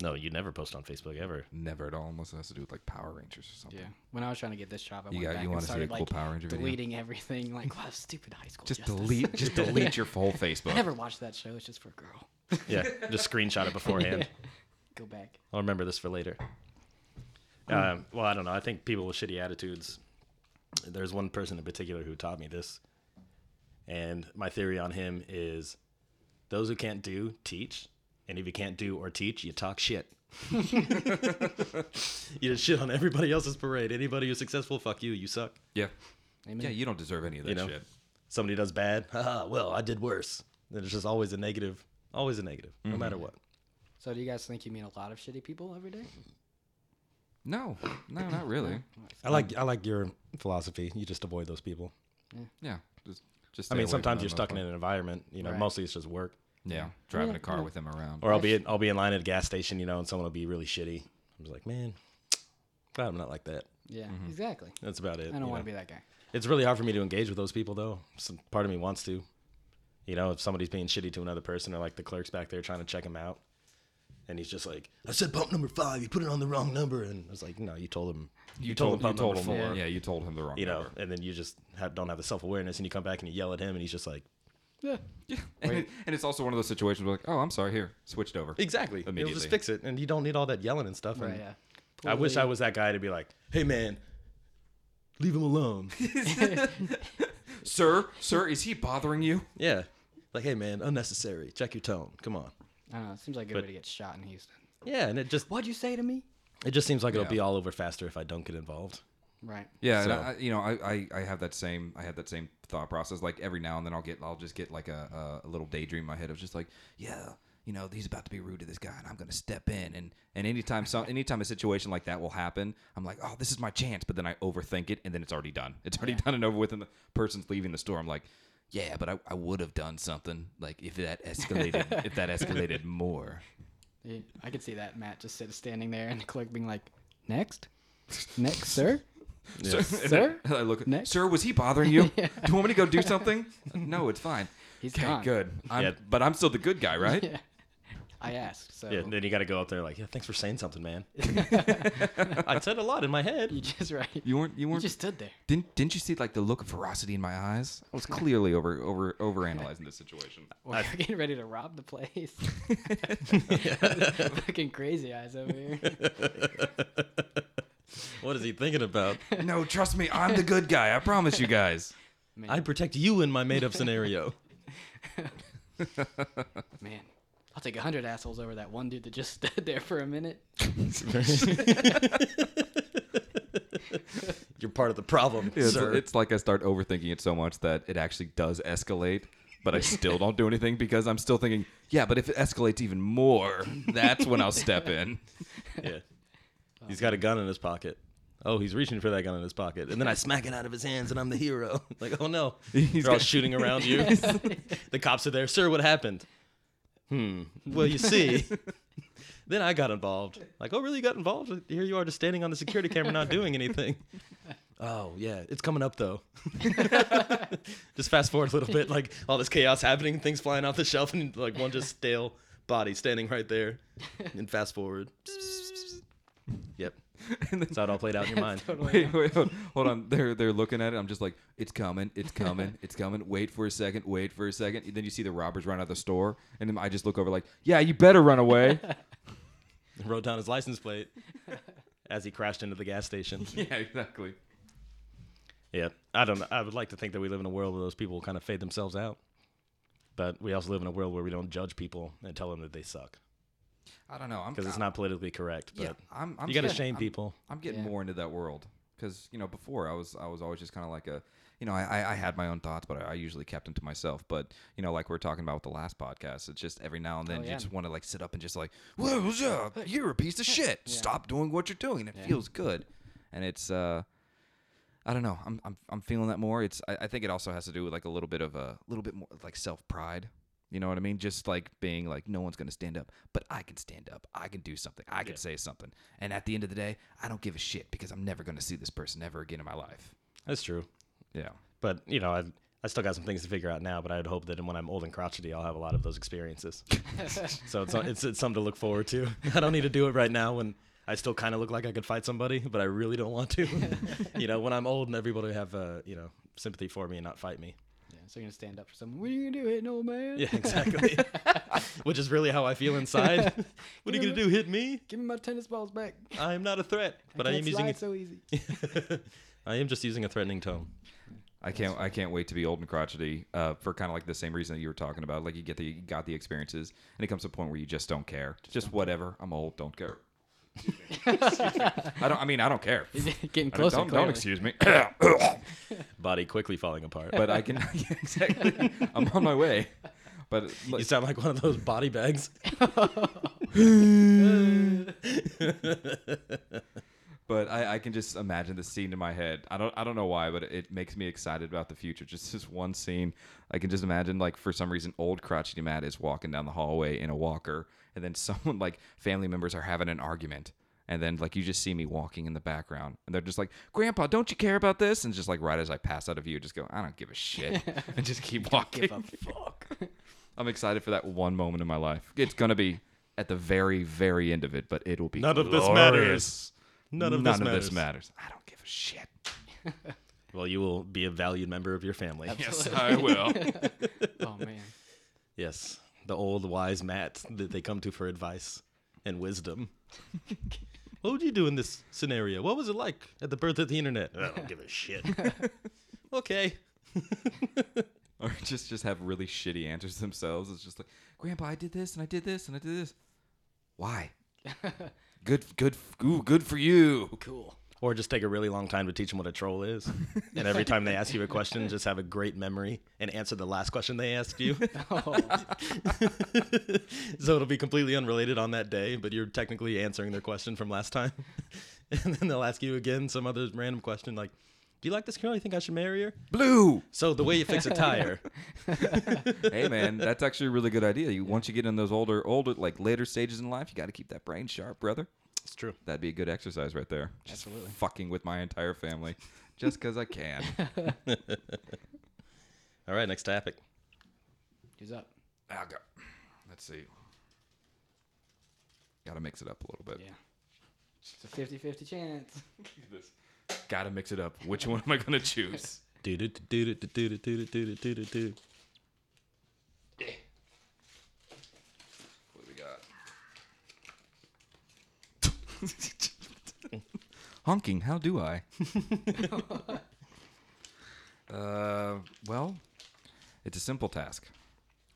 No, you never post on Facebook ever. Never at all, unless it has to do with like Power Rangers or something. Yeah. When I was trying to get this job, I You went got- back you and wanna see a started cool like Power Ranger video? deleting everything. Like, wow, stupid high school. Just justice. delete, just delete your whole Facebook. I never watched that show. It's just for a girl. Yeah, just screenshot it beforehand. Go back. I'll remember this for later. Um, well, I don't know. I think people with shitty attitudes. There's one person in particular who taught me this, and my theory on him is, those who can't do teach, and if you can't do or teach, you talk shit. you just shit on everybody else's parade. Anybody who's successful, fuck you. You suck. Yeah, Amen. yeah, you don't deserve any of that You know, shit. somebody does bad. "Haha, well, I did worse. Then it's just always a negative. Always a negative, no matter what. So, do you guys think you meet a lot of shitty people every day? No, no, not really. I like I like your philosophy. You just avoid those people. Yeah, just, just. I mean, stay away sometimes from you're them, stuck in motherfucker. an environment. You know, Right. mostly it's just work. Yeah, driving a car with them around. Or I'll be in, I'll be in line at a gas station, you know, and someone will be really shitty. I'm just like, man, glad I'm not like that. Yeah. Mm-hmm. Exactly. That's about it. I don't want to be that guy. It's really hard for me to engage with those people, though. Some part of me wants to. You know, if somebody's being shitty to another person, or like the clerk's back there trying to check him out, and he's just like, "I said pump number five, you put it on the wrong number," and I was like, "No, you told him, you, told, him, you pump told number him. four, Yeah. you told him the wrong. you know," number. and then you just have, don't have the self awareness, and you come back and you yell at him, and he's just like, Yeah. and, it- and it's also one of those situations where like, oh, I'm sorry, here, switched over. Exactly. You'll Immediately. just fix it, and you don't need all that yelling and stuff. Mm. Right. and Yeah. I wish I was that guy to be like, "Hey, man, leave him alone." Sir, sir, is he bothering you? yeah, like, "Hey, man, unnecessary. Check your tone. Come on." I don't know. It seems like a good way to get shot in Houston. Yeah, and it just What'd you say to me? it just seems like it'll Yeah. be all over faster if I don't get involved. Right. Yeah, and So- I, I- you know, I, I, I have that same I have that same thought process. Like every now and then, I'll get I'll just get like a, a, a little daydream in my head of just like, yeah, you know, he's about to be rude to this guy, and I'm gonna step in. And and anytime some anytime a situation like that will happen, I'm like, oh, this is my chance. But then I overthink it, and then it's already done. It's already done and over with, and the person's leaving the store. I'm like, yeah, but I, I would have done something like if that escalated if that escalated more. Yeah, I could see that Matt just sit, standing there and the clerk being like, "Next, next, sir, sir." I look, Next. sir, was he bothering you? Do you want me to go do something? no, it's fine. He's okay, gone. good. I'm, Yeah. But I'm still the good guy, right? Yeah. I asked. So Yeah, and then you got to go up there like, yeah, thanks for saying something, man. I said a lot in my you head. just right. You, You weren't. You weren't. just stood there. didn't didn't you see like the look of ferocity in my eyes? I was clearly over over over analyzing this situation. We're getting ready to rob the place. Fucking crazy eyes over here. What is he thinking about? No, trust me, I'm the good guy. I promise you guys. I protect you in my made-up scenario. Man, I'll take a hundred assholes over that one dude that just stood there for a minute. You're part of the problem, Yeah, it's, sir. it's like I start overthinking it so much that it actually does escalate, but I still don't do anything because I'm still thinking, yeah, but if it escalates even more, that's when I'll step in. yeah. Oh, He's got a gun in his pocket. Oh, he's reaching for that gun in his pocket, and then I smack it out of his hands, and I'm the hero. Like, oh no, He's they're all got- shooting around you. the cops are there, sir. What happened? Hmm. Well, you see, then I got involved. Like, oh really? You got involved? Here you are, just standing on the security camera, not doing anything. Oh yeah, it's coming up though. just fast forward a little bit, like all this chaos happening, things flying off the shelf, and like one just stale body standing right there. And fast forward. Yep. And then, That's how it all played out in your mind. Totally. wait, wait, hold, hold on. They're they're looking at it. I'm just like, it's coming, it's coming, it's coming. Wait for a second, wait for a second. Then you see the robbers run out of the store, and then I just look over like, yeah, you better run away. Wrote down his license plate as he crashed into the gas station. yeah, exactly. Yeah. I don't know. I would like to think that we live in a world where those people kind of fade themselves out. But we also live in a world where we don't judge people and tell them that they suck I don't know. I'm because it's not politically correct. But Yeah, I'm, I'm you got to just- shame I'm- people. I'm getting Yeah. more into that world because you know before I was I was always just kind of like a you know I, I- I had my own thoughts but I, I usually kept them to myself but you know like we are talking about with the last podcast it's just every now and then you Oh, yeah. just want to like sit up and just like whoa what's up? you're a piece of shit stop doing what you're doing and it feels good and it's uh I don't know I'm I'm, I'm feeling that more it's I, I think it also has to do with like a little bit of a little bit more like self pride. You know what I mean? Just like being like, no one's gonna stand up, but I can stand up. I can do something. I can say something. And at the end of the day, I don't give a shit because I'm never gonna see this person ever again in my life. That's true. Yeah. But, you know, i I still got some things to figure out now, but I'd hope that when I'm old and crotchety, I'll have a lot of those experiences. so it's, it's, it's something to look forward to. I don't need to do it right now when I still kind of look like I could fight somebody, but I really don't want to. you know, when I'm old and everybody have, uh, you know, sympathy for me and not fight me. Yeah, so you're gonna stand up for someone. What are you gonna do, hitting old man? Yeah, exactly. Which is really how I feel inside. what are you going to do? Hit me? Give me my tennis balls back. I am not a threat, but I, Can't am using slide a, so easy. I am just using a threatening tone. I can't. I can't wait to be old and crotchety uh, for kind of like the same reason that you were talking about. Like you get the you got the experiences, and it comes to a point where you just don't care. Just, whatever. I'm old. Don't care. I don't. I mean, I don't care. Getting I don't, closer. don't, clearly. excuse me. Body quickly falling apart. but I can yeah, exactly. I'm on my way. But you sound like one of those body bags. but I, I can just imagine the scene in my head. I don't I don't know why, but it makes me excited about the future. Just this one scene, I can just imagine like for some reason old crotchety Matt is walking down the hallway in a walker, and then someone like family members are having an argument, and then like you just see me walking in the background, and they're just like, "Grandpa, don't you care about this?" And just like right as I pass out of view, just go, "I don't give a shit," and just keep walking. Give a fuck. I'm excited for that one moment in my life. It's gonna be at the very very end of it, but it'll be None of this glorious. matters. None of this matters. matters. I don't give a shit. Well, you will be a valued member of your family. Yes, I will. Oh man. Yes, the old wise Matt that they come to for advice and wisdom. what would you do in this scenario? What was it like at the birth of the internet? I don't give a shit. okay. or just just have really shitty answers themselves. It's just like, Grandpa, I did this and I did this and I did this. Why? good, good, ooh, good for you. Cool. Or just take a really long time to teach them what a troll is. And every time they ask you a question, just have a great memory and answer the last question they asked you. Oh, so it'll be completely unrelated on that day, but you're technically answering their question from last time. and then they'll ask you again some other random question like, Do you like this girl? You think I should marry her? Blue. So the way you fix a tire. hey, man, that's actually a really good idea. You once you get in those older, older, like later stages in life, you got to keep that brain sharp, brother. it's true. That'd be a good exercise right there. Just Absolutely. Fucking with my entire family, just because I can. All right, next topic. who's up? I'll go. Let's see. Gotta mix it up a little bit. Yeah. It's a 50 50 chance. Gotta mix it up. Which one am I gonna choose? Do do do do do do do do do do do. What do we got? Honking, how do I? uh, well, it's a simple task.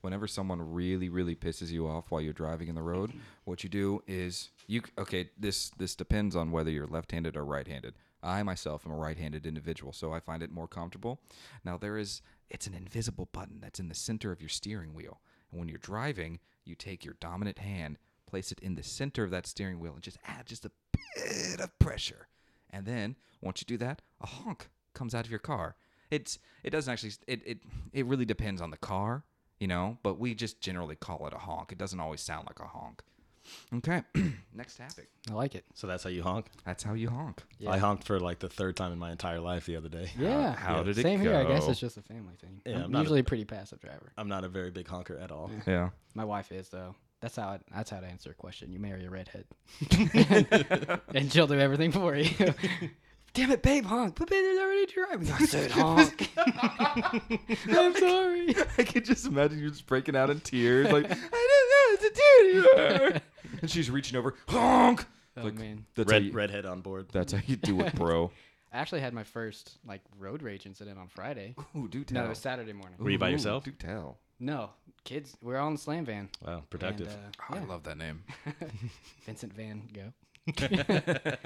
Whenever someone really, really pisses you off while you're driving in the road, what you do is you okay. This this depends on whether you're left-handed or right-handed. I myself am a right-handed individual, so I find it more comfortable. Now there is it's an invisible button that's in the center of your steering wheel, and when you're driving, you take your dominant hand, place it in the center of that steering wheel, and just add just a bit of pressure. And then once you do that, a honk comes out of your car. It's it doesn't actually it it, it really depends on the car, you know, but we just generally call it a honk. It doesn't always sound like a honk. Okay. Next topic. I like it. So that's how you honk. That's how you honk. I honked for like the third time in my entire life the other day. Yeah. how did it Same here. I guess go? it's just a family thing. Yeah, I'm I'm not a- usually a pretty passive driver. I'm not a very big honker at all. Yeah. My wife is though. That's how I, that's how to answer a question. You marry a redhead, and she'll do everything for you. Damn it, babe, honk. But babe, there's already driving. I said honk. I'm sorry. I can just imagine you just breaking out in tears like I don't know what to do anymore. and she's reaching over honk. Oh, man. That's how Red you, redhead on board. That's how you do it, bro. I actually had my first like road rage incident on Friday. Ooh, do tell. No, it was Saturday morning. Were you by Ooh, yourself? Do tell. No, kids, we were all in the slam van. Wow, And, protective. uh, yeah. I love that name. Vincent Van Gogh.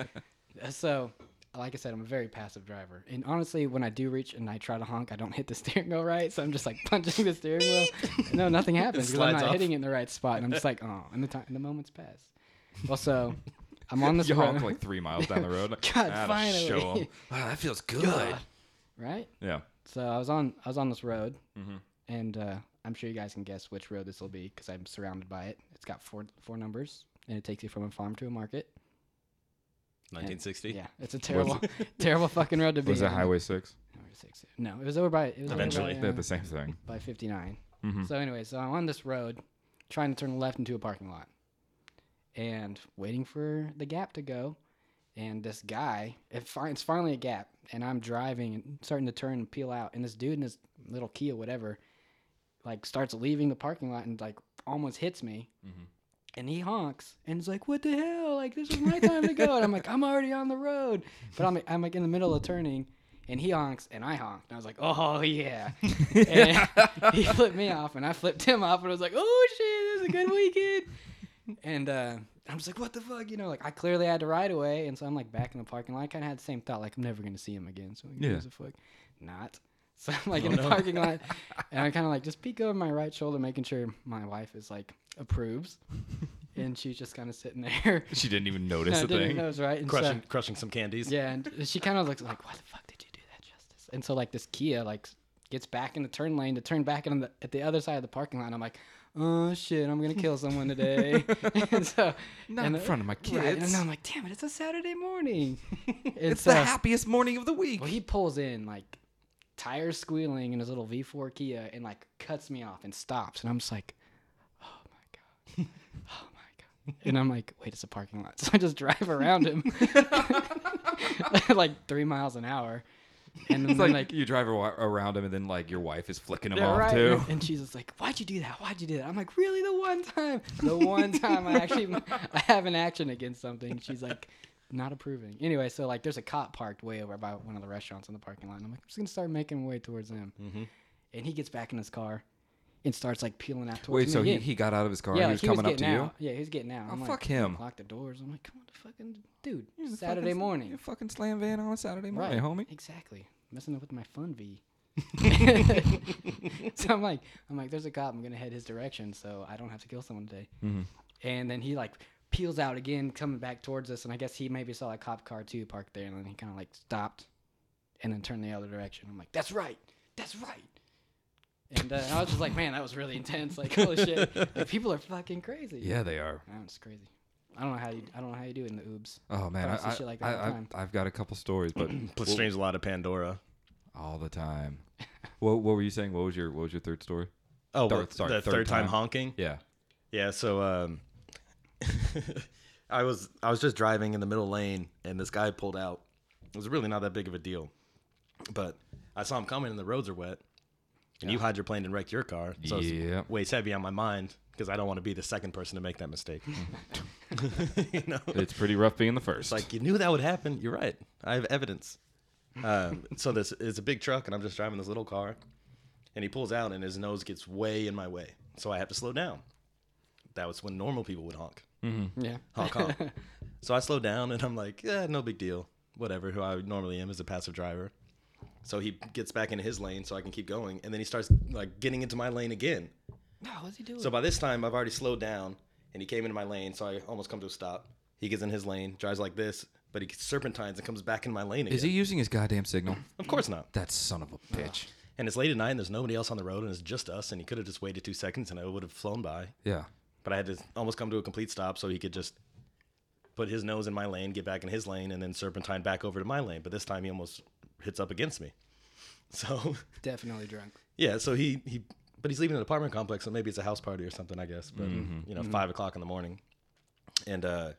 so, like I said, I'm a very passive driver. And honestly, when I do reach and I try to honk, I don't hit the steering wheel right. So I'm just like punching the steering wheel. No, nothing happens because I'm Slides not off. hitting it in the right spot. And I'm just like, oh, and the, time, and the moment's passed. Well, so I'm on this you honk road, like three miles down the road. Like, God, "Ah, to finally." Show 'em." Wow, that feels good. right? Yeah. So I was on I was on this road, Mm-hmm. and uh, I'm sure you guys can guess which road this will be because I'm surrounded by it. It's got four four numbers, and it takes you from a farm to a market. 1960. Yeah, it's a terrible, terrible fucking road to be. Was it on. Highway Six? Number six. No, it was over by. It was Eventually. over by, They're uh, the Hmm. same thing. Mm-hmm. by 59. So anyway, so I'm on this road, trying to turn left into a parking lot, and waiting for the gap to go. And this guy, it fi- it's finally a gap, and I'm driving and starting to turn and peel out, and this dude in his little Kia, whatever, like starts leaving the parking lot and like almost hits me. And he honks and is like, "What the hell? Like this is my time to go." And I'm like, "I'm already on the road," but I'm I'm like in the middle of turning, and he honks and I honk, and I was like, "Oh yeah!" and he flipped me off and I flipped him off, and I was like, "Oh shit, this is a good weekend." and uh, I'm just like, "What the fuck?" You know, like I clearly had to ride away, and so I'm like back in the parking lot. I kind of had the same thought, like I'm never gonna see him again, so who Yeah. gives a fuck? Not. So I'm like in the parking lot, and I kind of like just peek over my right shoulder, making sure my wife is like approves, and she's just kind of sitting there. She didn't even No, notice the didn't thing. know it was right. And so- Crushing, crushing some candies. yeah, and she kind of looks like, "Why the fuck did you do that, Justice?" And so like this Kia like gets back in the turn lane to turn back in the, at the other side of the parking lot. And I'm like, "Oh shit, I'm gonna kill someone today." and so Not and in front of my kids. Right, and I'm like, "Damn it, it's a Saturday morning." And it's so- the happiest morning of the week. well, he pulls in like tires squealing in his little V4 Kia and like cuts me off and stops, and I'm just like, oh my god, oh my god, and I'm like, wait, it's a parking lot, so I just drive around him like three miles an hour, and then it's like, like. you drive a- around him, and then like your wife is flicking him yeah, off right. too. And she's just like, "Why'd you do that? Why'd you do that?" I'm like, "Really? The one time, the one time I actually I have an action against something." She's like, "Not approving." Anyway, so like, there's a cop parked way over by one of the restaurants in the parking lot, and I'm like, "I'm just gonna start making my way towards him." Mm-hmm. And he gets back in his car and starts like peeling out towards Wait, me so he, again. he got out of his car yeah, and like, he was coming up to getting you? out. Yeah, he was getting out. Oh, I'm like, fuck him. Lock the doors. I'm like, "Come on, the fucking dude." Saturday Fucking- morning. you fucking slam van on a Saturday morning, homie. Exactly. Messing up with my fun V. so I'm like, I'm like, there's a cop. I'm gonna head his direction, so I don't have to kill someone today. Mm-hmm. And then he like peels out again, coming back towards us. And I guess he maybe saw a cop car too parked there, and then he kind of like stopped, and then turned the other direction. I'm like, that's right, that's right. And uh, I was just like, man, that was really intense. Like, holy shit, like, people are fucking crazy. Yeah, they are. Man, it's crazy. I don't know how you, I don't know how you do it in the oobs. Oh man, I see I, I, shit like that all the I, time. I, I've got a couple stories, but Plus, strange a lot of Pandora. all the time. What, what were you saying? What was your What was your third story? Oh, Third- well, sorry, the third third time, time. honking. Yeah. Yeah, so um, I was I was just driving in the middle lane and this guy pulled out. It was really not that big of a deal. But I saw him coming and the roads are wet. And you hydroplaned and wrecked your car. So Yeah. it's weighs heavy on my mind because I don't want to be the second person to make that mistake. you know? It's pretty rough being the It's first. like you knew that would happen. You're right. I have evidence. Um, so this is a big truck, and I'm just driving this little car, and he pulls out, and his nose gets way in my way, so I have to slow down. That was when normal people would honk, Yeah. honk, honk. so I slow down, and I'm like, yeah, no big deal, whatever. Who I normally am as a passive driver. So he gets back into his lane, so I can keep going, and then he starts like getting into my lane again. No, what's he doing? So by this time, I've already slowed down, and he came into my lane, so I almost come to a stop. He gets in his lane, drives like this, but he serpentines and comes back in my lane again. Is he using his goddamn signal? Of course not. That son of a bitch. And it's late at night, and there's nobody else on the road, and it's just us, and he could have just waited two seconds, and I would have flown by. Yeah. But I had to almost come to a complete stop so he could just put his nose in my lane, get back in his lane, and then serpentine back over to my lane. But this time, he almost hits up against me. So Definitely drunk. Yeah, so he he, but he's leaving an apartment complex, so maybe it's a house party or something, I guess. But you know, Mm-hmm. five o'clock in the morning, and uh,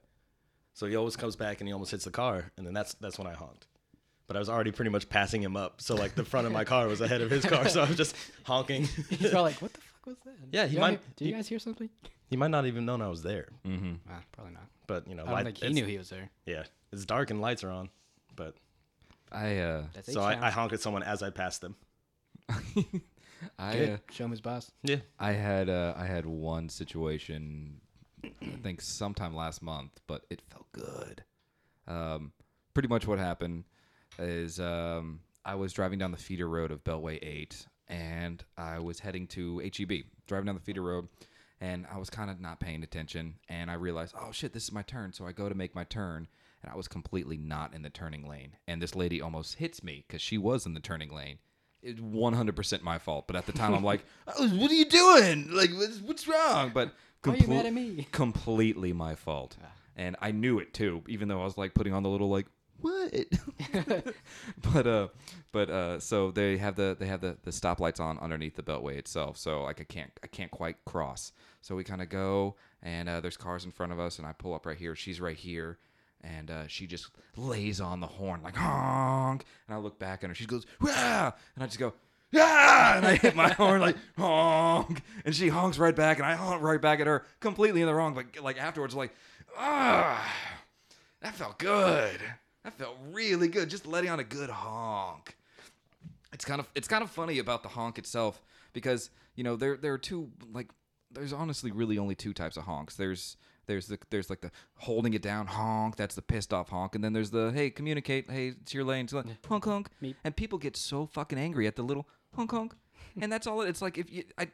so he always comes back and he almost hits the car, and then that's that's when I honked. But I was already pretty much passing him up, so like the front of my car was ahead of his car, so I was just honking. He's probably like, what the fuck was that? Yeah, he Y'all might- hear- Did you he- guys hear something? he might not even known I was there, Ah, probably not. but you know, I don't light- think he it's- knew he was there. Yeah, it's dark and lights are on, but I uh That's so I, I honked at someone as I passed them. I Good. uh, Show him his boss. Yeah, I had uh, I had one situation, I think sometime last month, but it felt good. Um, pretty much what happened is um, I was driving down the feeder road of Beltway Eight, and I was heading to HEB. Driving down the feeder road, and I was kind of not paying attention, and I realized, oh shit, this is my turn. So I go to make my turn, and I was completely not in the turning lane, and this lady almost hits me because she was in the turning lane it's 100% my fault. But at the time, I'm like, oh, what are you doing? Like, what's, what's wrong? But Why are you comple- mad at me? completely my fault. And I knew it too, even though I was like putting on the little like, what? but uh but uh so they have the they have the, the stoplights on underneath the beltway itself so like i can't i can't quite cross so we kind of go and uh, there's cars in front of us and i pull up right here she's right here and uh, she just lays on the horn like honk and i look back at her she goes yeah and i just go yeah and i hit my horn like honk and she honks right back and i honk right back at her completely in the wrong but like afterwards like ah that felt good. That felt really good. Just letting on a good honk. It's kind of it's kind of funny about the honk itself because you know there there are two like there's honestly really only two types of honks. There's there's the there's like the holding it down honk. That's the pissed off honk. And then there's the hey communicate. Hey it's your lane. It's like, honk honk. Meep. And people get so fucking angry at the little honk honk. and that's all. it- It's like if you I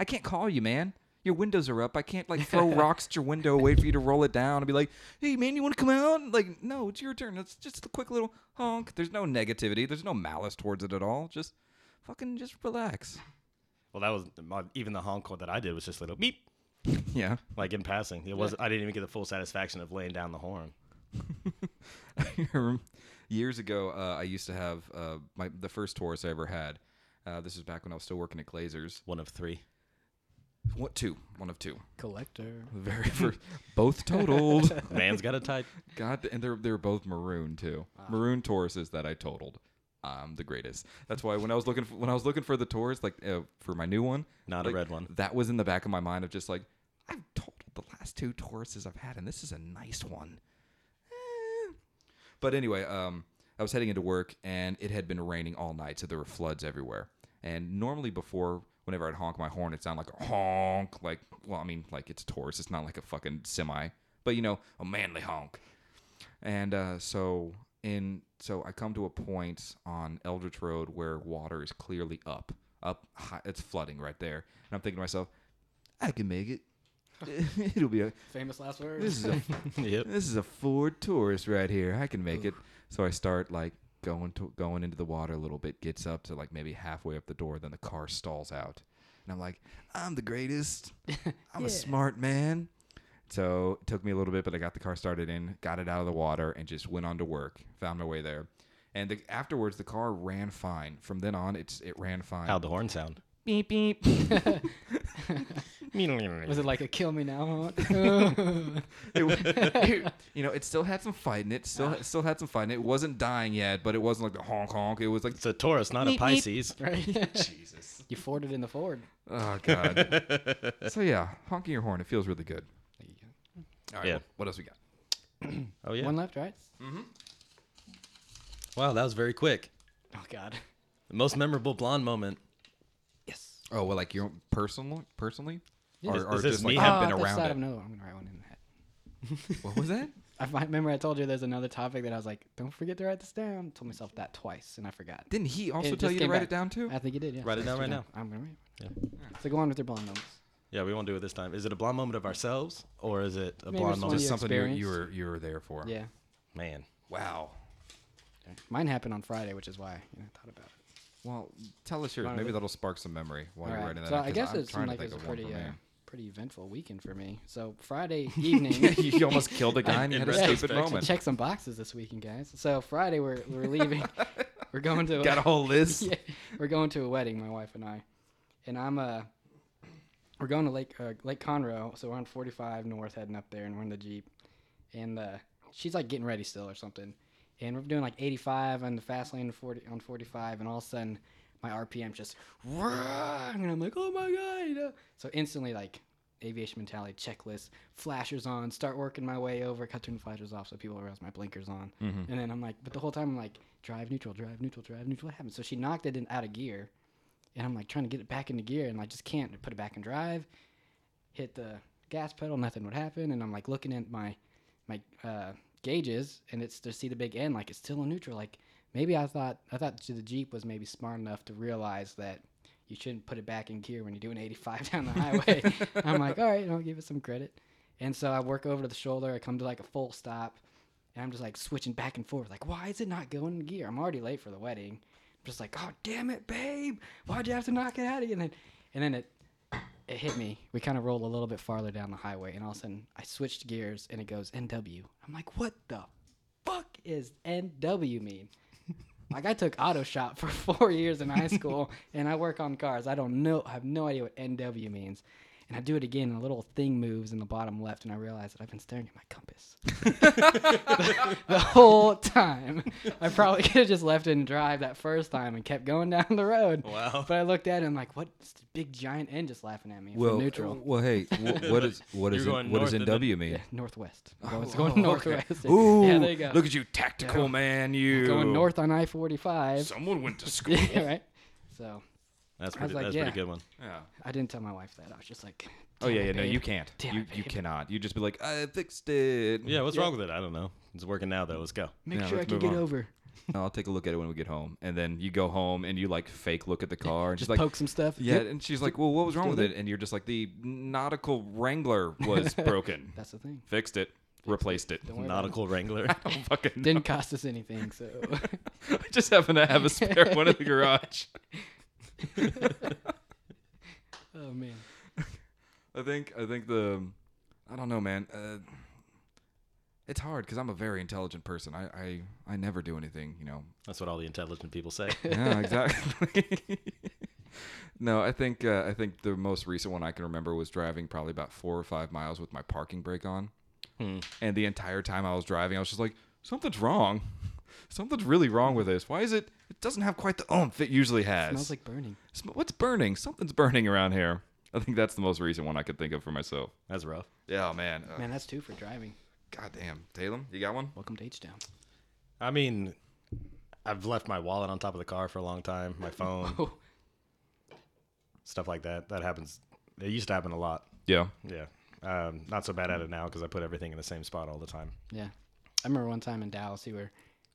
I can't call you man. Your windows are up. I can't like throw rocks at your window, wait for you to roll it down, and be like, "Hey, man, you want to come out?" Like, no, it's your turn. It's just a quick little honk. There's no negativity. There's no malice towards it at all. Just fucking just relax. well, that was my, even the honk call that I did was just a little beep, Yeah. like in passing. It was not I didn't even get the full satisfaction of laying down the horn. Years ago, uh, I used to have uh, my the first Taurus I ever had. Uh, this was back when I was still working at Glazers. One of three. What two? One of two. Collector. The very first. both totaled. Man's got a type. God, and they're they're both maroon too. Maroon Tauruses that I totaled. I'm the greatest. That's why when I was looking for, when I was looking for the Taurus, like uh, for my new one, Not a like, red one. that was in the back of my mind of just like I've totaled the last two Tauruses I've had, and this is a nice one. Eh. But anyway, um, I was heading into work, and it had been raining all night, so there were floods everywhere. And normally before. Whenever I'd honk my horn, it sounded like a honk. Like, well, I mean, like it's a Taurus. It's not like a fucking semi, but you know, a manly honk. And uh, so in so I come to a point on Eldritch Road where water is clearly up, up high, it's flooding right there. And I'm thinking to myself, I can make it. It'll be a Famous last words. this is a Yep. this is a Ford Taurus right here. I can make it. So I start like going to going into the water a little bit. Gets up to like maybe halfway up the door. Then the car stalls out, and I'm like, I'm the greatest. I'm a smart man. So it took me a little bit, but I got the car started in, got it out of the water, and just went on to work. Found my way there, and the, afterwards the car ran fine. From then on, it's it ran fine. How'd the horn sound? beep beep. Was it like a kill me now? It- you know, it still had some fight in it. Still, it still had some fight in it. It wasn't dying yet, but it wasn't like the honk honk. It was like, It's a Taurus, not a Pisces. right? Jesus. You Forded in the Ford. oh god. so yeah, honking your horn. It feels really good. All right. Yeah. well, what else we got? Oh yeah. One left, right? Mm. Wow, that was very quick. Oh God. The most memorable blonde moment. Yes. Oh well, like your own personal, personally, or, Is- or is this just like me Oh, have having- been that's around out it. Ah, of nowhere. I'm gonna write one in that. What was that? I fi- remember I told you there's another topic that I was like, don't forget to write this down. told myself that twice and I forgot. Didn't he It also just tell you to came write back. it down too? I think you did. Yeah. Write it down right now. I'm gonna write. it. So go on with your blonde moments. Yeah, we won't do it this time. Is it a blonde moment of ourselves or is it a Maybe blonde moment? it's one of Just you something you, you were experienced? you were there for. Yeah. Man, Wow. Mine happened on Friday, which is why you know, I thought about it. Well, tell us yours. Maybe that'll spark some memory All while you're right. writing that. so out, I 'cause guess I'm it seemed trying to like it think was a of one pretty for uh, me. pretty eventful weekend for me. So Friday evening. you almost killed a guy and you In had a retrospect, stupid you moment. uh, check some boxes this weekend, guys. So Friday we're we're leaving. we're going to Got a whole list. yeah, we're going to a wedding, my wife and I, and I'm uh, we're going to Lake uh, Lake Conroe, so we're on 45 North, heading up there, and we're in the jeep, and uh, she's like getting ready still or something, and we're doing like 85 on the fast lane to 40 on 45, and all of a sudden my RPM just run, and I'm like, oh my god, you know? so instantly like aviation mentality checklist flashers on start working my way over cut turn flashers off so people realize my blinkers on and then i'm like but the whole time i'm like drive neutral drive neutral drive neutral what happened so she knocked it in, out of gear and i'm like trying to get it back into gear and i just can't put it back in drive hit the gas pedal nothing would happen and i'm like looking at my my uh, gauges and it's to see the big end like it's still in neutral like maybe i thought i thought the jeep was maybe smart enough to realize that you shouldn't put it back in gear when you're doing 85 down the highway. I'm like, all right, I'll give it some credit. And so I work over to the shoulder. I come to like a full stop, and I'm just like switching back and forth. Like, why is it not going in gear? I'm already late for the wedding. I'm just like, oh damn it, babe, why'd you have to knock it out again? And then, and then it it hit me. We kind of rolled a little bit farther down the highway, and all of a sudden I switched gears, and it goes NW. I'm like, what the fuck is NW mean? Like I took auto shop for four years in high school, and I work on cars. I don't know. I have no idea what NW means. And I do it again, and a little thing moves in the bottom left, and I realize that I've been staring at my compass the whole time. I probably could have just left it in drive that first time and kept going down the road. Wow. But I looked at it and I'm like, what? This big giant N just laughing at me Well, from neutral. well, hey, wh- what is what You're is it, going what does north, NW mean? Northwest. We're going- it's going northwest. Oh, Ooh, yeah, there you go. look at you, tactical man. You going north on I-45. Someone went to school. yeah, right. So that's was pretty. like, that's yeah. pretty good one. yeah. I didn't tell my wife that. I was just like, Oh yeah, "Damn yeah. it, No, babe." you can't. Damn you it, you babe. cannot. You just be like, I fixed it. Yeah, what's wrong with it? I don't know. It's working now though. Let's go. Make Yeah, sure I let's can move get on. over. I'll take a look at it when we get home, and then you go home and you like fake look at the car and Just she's like, poke some stuff. Yeah, Yep. and she's like, "Well, what was wrong with it?" And you're just like, "The nautical wrangler was broken. That's the thing. Fixed it, replaced it. Don't worry about it. Nautical Wrangler. Fucking Didn't cost us anything, so I just happen to have a spare one in the garage. oh man. I think I think the I don't know, man. Uh, it's hard because I'm a very intelligent person. I, I I never do anything, you know. That's what all the intelligent people say. Yeah, exactly. no, I think uh, I think the most recent one I can remember was driving probably about four or five miles with my parking brake on, Hmm. and the entire time I was driving, I was just like, something's wrong. Something's really wrong with this. Why is it? It doesn't have quite the oomph it usually has. Smells like burning. Sm- What's burning? Something's burning around here. I think that's the most recent one I could think of for myself. That's rough. Yeah, oh, man. Uh, Man, that's two for driving. God damn. Talem, you got one? Welcome to H Town. I mean, I've left my wallet on top of the car for a long time. My phone, Oh, stuff like that. That happens. It used to happen a lot. Yeah. Yeah. Um, not so bad at it now because I put everything in the same spot all the time. yeah. I remember one time in Dallas, you were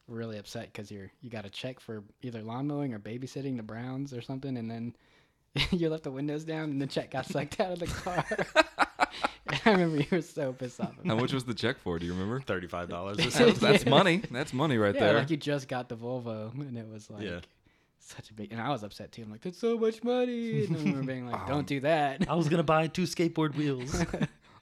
really upset because you're you got a check for either lawn mowing or babysitting the Browns or something, and then you left the windows down and the check got sucked out of the car. I remember you were so pissed off. How much was the check for? Do you remember? Thirty-five dollars. This That's, that's money. That's money right Yeah, there. like you just got the Volvo, and it was like Yeah. such a big. And I was upset too. I'm like, that's so much money. And I remember being like, don't do that. I was gonna buy two skateboard wheels.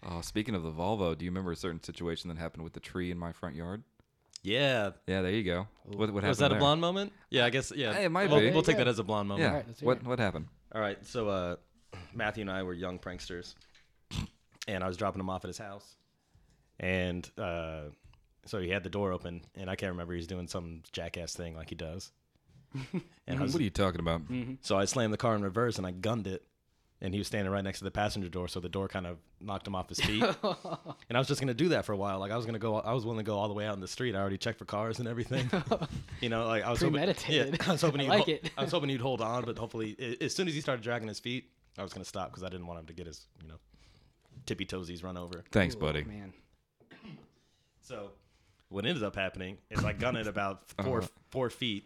Oh, speaking of the Volvo, do you remember a certain situation that happened with the tree in my front yard? yeah. Yeah, there you go. What, what happened? Was that there? a blonde moment? Yeah, I guess. Yeah, Hey, it might we'll, be. We'll take Yeah. that as a blonde moment. Yeah. Alright, let's hear what it. what happened? All right. So uh, Matthew and I were young pranksters, and I was dropping him off at his house, and uh, so he had the door open, and I can't remember he was doing some jackass thing like he does. And I was, What are you talking about? so I slammed the car in reverse and I gunned it, and he was standing right next to the passenger door, so the door kind of knocked him off his feet. and I was just gonna do that for a while, like I was gonna go, I was willing to go all the way out in the street. I already checked for cars and everything. You know, like I was Hoping, Premeditated. yeah, I was hoping I he'd like hol- it. I was hoping he'd hold on, but hopefully, a- as soon as he started dragging his feet, I was gonna stop because I didn't want him to get his, you know, tippy toesies run over. Thanks, Ooh, buddy. Man. So, what ended up happening is I gunned it about 4 Uh-huh. four feet,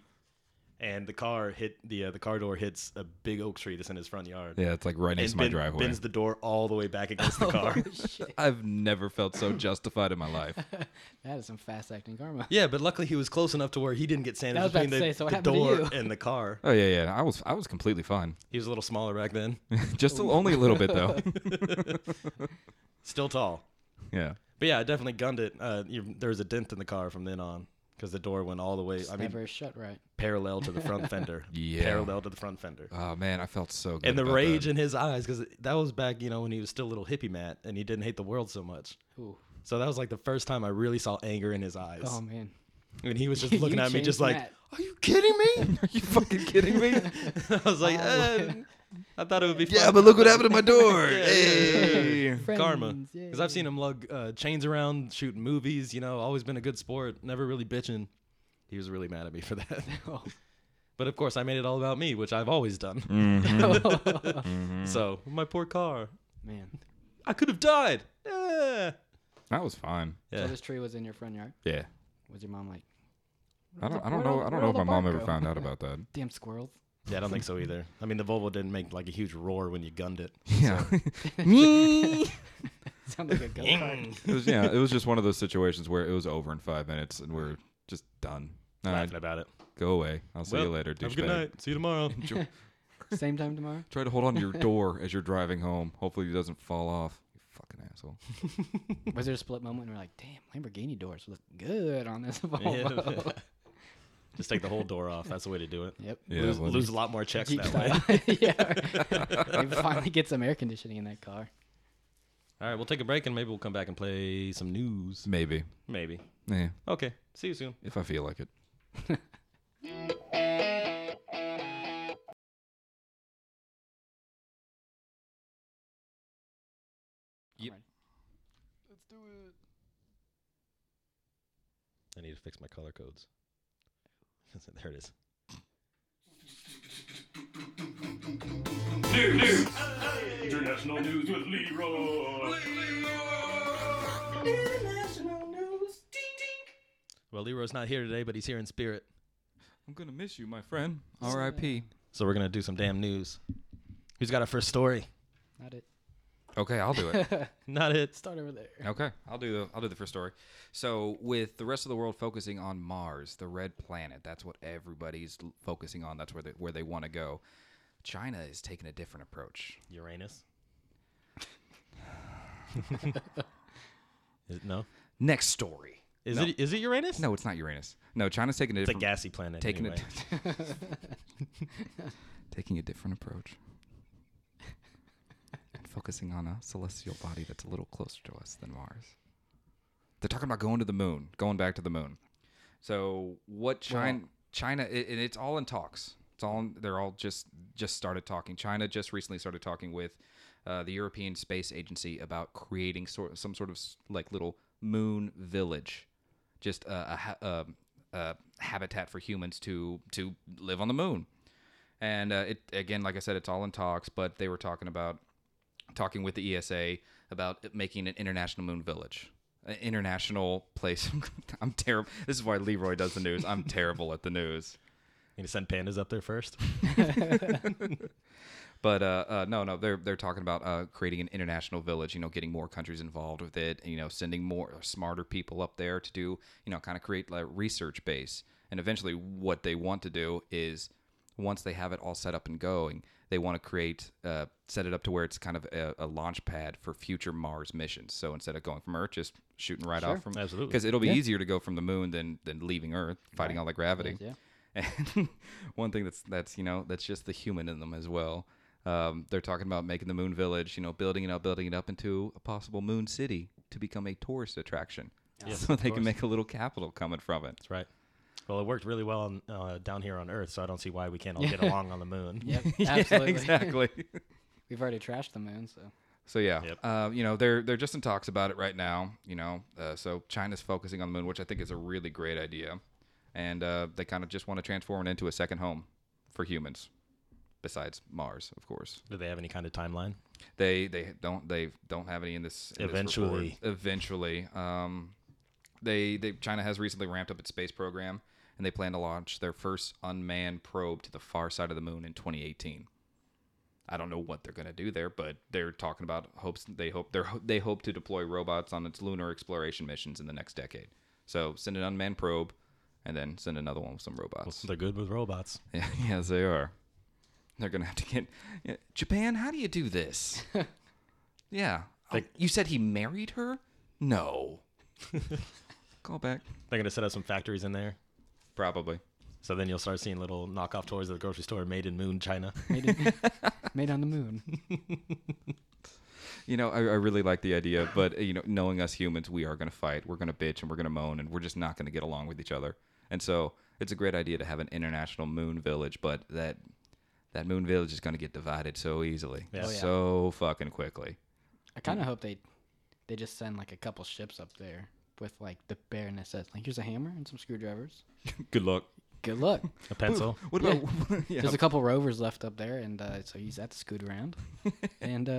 and the car hit the uh, the car door hits a big oak tree that's in his front yard. Yeah, it's like right And next to my bend- driveway. Oh bends the door all the way back against the car. I've never felt so justified in my life. That is some fast acting karma. yeah, but luckily he was close enough to where he didn't get I sandwiched was about between the, to say, so what the happened to door you? and the car. Oh yeah, yeah. I was I was completely fine. He was a little smaller back then, Just a, only a little bit though. still tall. yeah. But yeah, I definitely gunned it. Uh, you, there was a dent in the car from then on because the door went all the way. I mean, Never shut right. parallel to the front fender. Yeah. Parallel to the front fender. Oh man, I felt so good. and the about rage that. in his eyes because that was back, you know, when he was still a little hippie Matt and he didn't hate the world so much. Ooh. So that was like the first time I really saw anger in his eyes. Oh man. and he was just You looking at me, changed just like, Matt. "Are you kidding me?" Are you fucking kidding me? I was like, eh, "I thought it would be fun." yeah, but look what happened to my door. Yeah, yeah, hey. karma. Friends, Because I've seen him lug uh, chains around, shooting movies. You know, always been a good sport, never really bitching. He was really mad at me for that. Oh. But of course, I made it all about me, which I've always done. So my poor car, Man. I could have died. Eh. That was fine. Yeah. So this tree was in your front yard. Yeah. Was your mom like, I don't I don't where'd know all- I where'd don't know all if the my mom bark ever go? found out about that. damn squirrels? Yeah, I don't think so either. I mean, the Volvo didn't make like a huge roar when you gunned it. Yeah. Sound like a go kart. it was yeah, it was just one of those situations where it was over in five minutes and we're just done. All right, Laughing about it. go away. I'll see you Well, later, Have a good douchebag. night. See you tomorrow. Same time tomorrow. Try to hold on to your door as you're driving home. Hopefully it doesn't fall off. You fucking asshole. Was there a split moment where you're like, damn, Lamborghini doors look good on this Oh, Volvo? Yeah. Just take the whole door off. That's the way to do it. Yep. Yeah. lose, well, lose a lot more checks Jeep that way. style. yeah. Maybe finally get some air conditioning in that car. All right, we'll take a break and maybe we'll come back and play some news. Maybe. Maybe. Yeah, Okay. See you soon. if I feel like it. Yep. Alright. I need to fix my color codes. there it is. International news with Leroy. Well, Leroy's not here today, but he's here in spirit. I'm gonna miss you, my friend. R.I.P. So we're gonna do some damn news. Who's got our first story? Not it. Okay, I'll do it. Not it. Start over there. Okay, I'll do the I'll do the first story. So, with the rest of the world focusing on Mars, the red planet, that's what everybody's l- focusing on. That's where they, where they want to go. China is taking a different approach. Uranus. is it, no. Next story. Is No. it is it Uranus? No, it's not Uranus. No, China's taking a It's a different gassy planet. taking anyway. a taking a different approach. and focusing on a celestial body that's a little closer to us than Mars. They're talking about going to the moon, going back to the moon. So what China China i- and it's all in talks. It's all in, they're all just just started talking. China just recently started talking with uh, the European Space Agency about creating sort some sort of s- like little moon village, just a, a, ha- um a habitat for humans to to live on the moon. And uh, it again, like I said, it's all in talks, but they were talking about talking with the ESA about it making an international moon village, an international place. I'm terrible. This is why Leroy does the news. I'm terrible at the news. You gonna send pandas up there first? But uh, uh, no, no, they're they're talking about uh, creating an international village. You know, getting more countries involved with it. You know, sending more smarter people up there to do. You know, kind of create like a research base. And eventually, what they want to do is, once they have it all set up and going, they want to create, uh, set it up to where it's kind of a, a launch pad for future Mars missions. So instead of going from Earth, just shooting right off from absolutely. because it'll be easier to go from the moon than than leaving Earth, fighting all the gravity. Yeah. And one thing that's that's you know that's just the human in them as well. Um, they're talking about making the moon village, you know, building it up, building it up into a possible moon city to become a tourist attraction. so they can make a little capital coming from it. That's right. Well, it worked really well on, uh, down here on Earth, so I don't see why we can't all get along on the moon. Yep, Yeah, absolutely. exactly. We've already trashed the moon, so So yeah, Yep. uh, you know they're they're just in talks about it right now. You know, uh, so China's focusing on the moon, which I think is a really great idea, and uh, they kind of just want to transform it into a second home for humans, besides Mars, of course. Do they have any kind of timeline? They they don't they don't have any in this in this report. Eventually. eventually. Um, they they China has recently ramped up its space program, and they plan to launch their first unmanned probe to the far side of the moon in 2018. I don't know what they're going to do there, but they're talking about hopes they hope they they hope to deploy robots on its lunar exploration missions in the next decade. So send an unmanned probe, and then send another one with some robots. They're good with robots. Yeah, yes, they are. They're gonna have to get yeah, Japan. How do you do this? yeah, Oh, you said he married her. No. Call back. They're gonna set up some factories in there, Probably. so then you'll start seeing little knockoff toys at the grocery store made in Moon China. made, it, made on the moon. You know, I, I really like the idea, but uh, you know, knowing us humans, we are gonna fight, we're gonna bitch, and we're gonna moan, and we're just not gonna get along with each other. And so, it's a great idea to have an international moon village, but that that moon village is gonna get divided so easily, Yeah. Oh, yeah. so fucking quickly. I kind of hope they they just send like a couple ships up there with like the bare necessities. Like here's a hammer and some screwdrivers. Good luck. Good luck. A pencil. What about yeah, There's a couple rovers left up there, and uh, so use that to scoot around, and uh,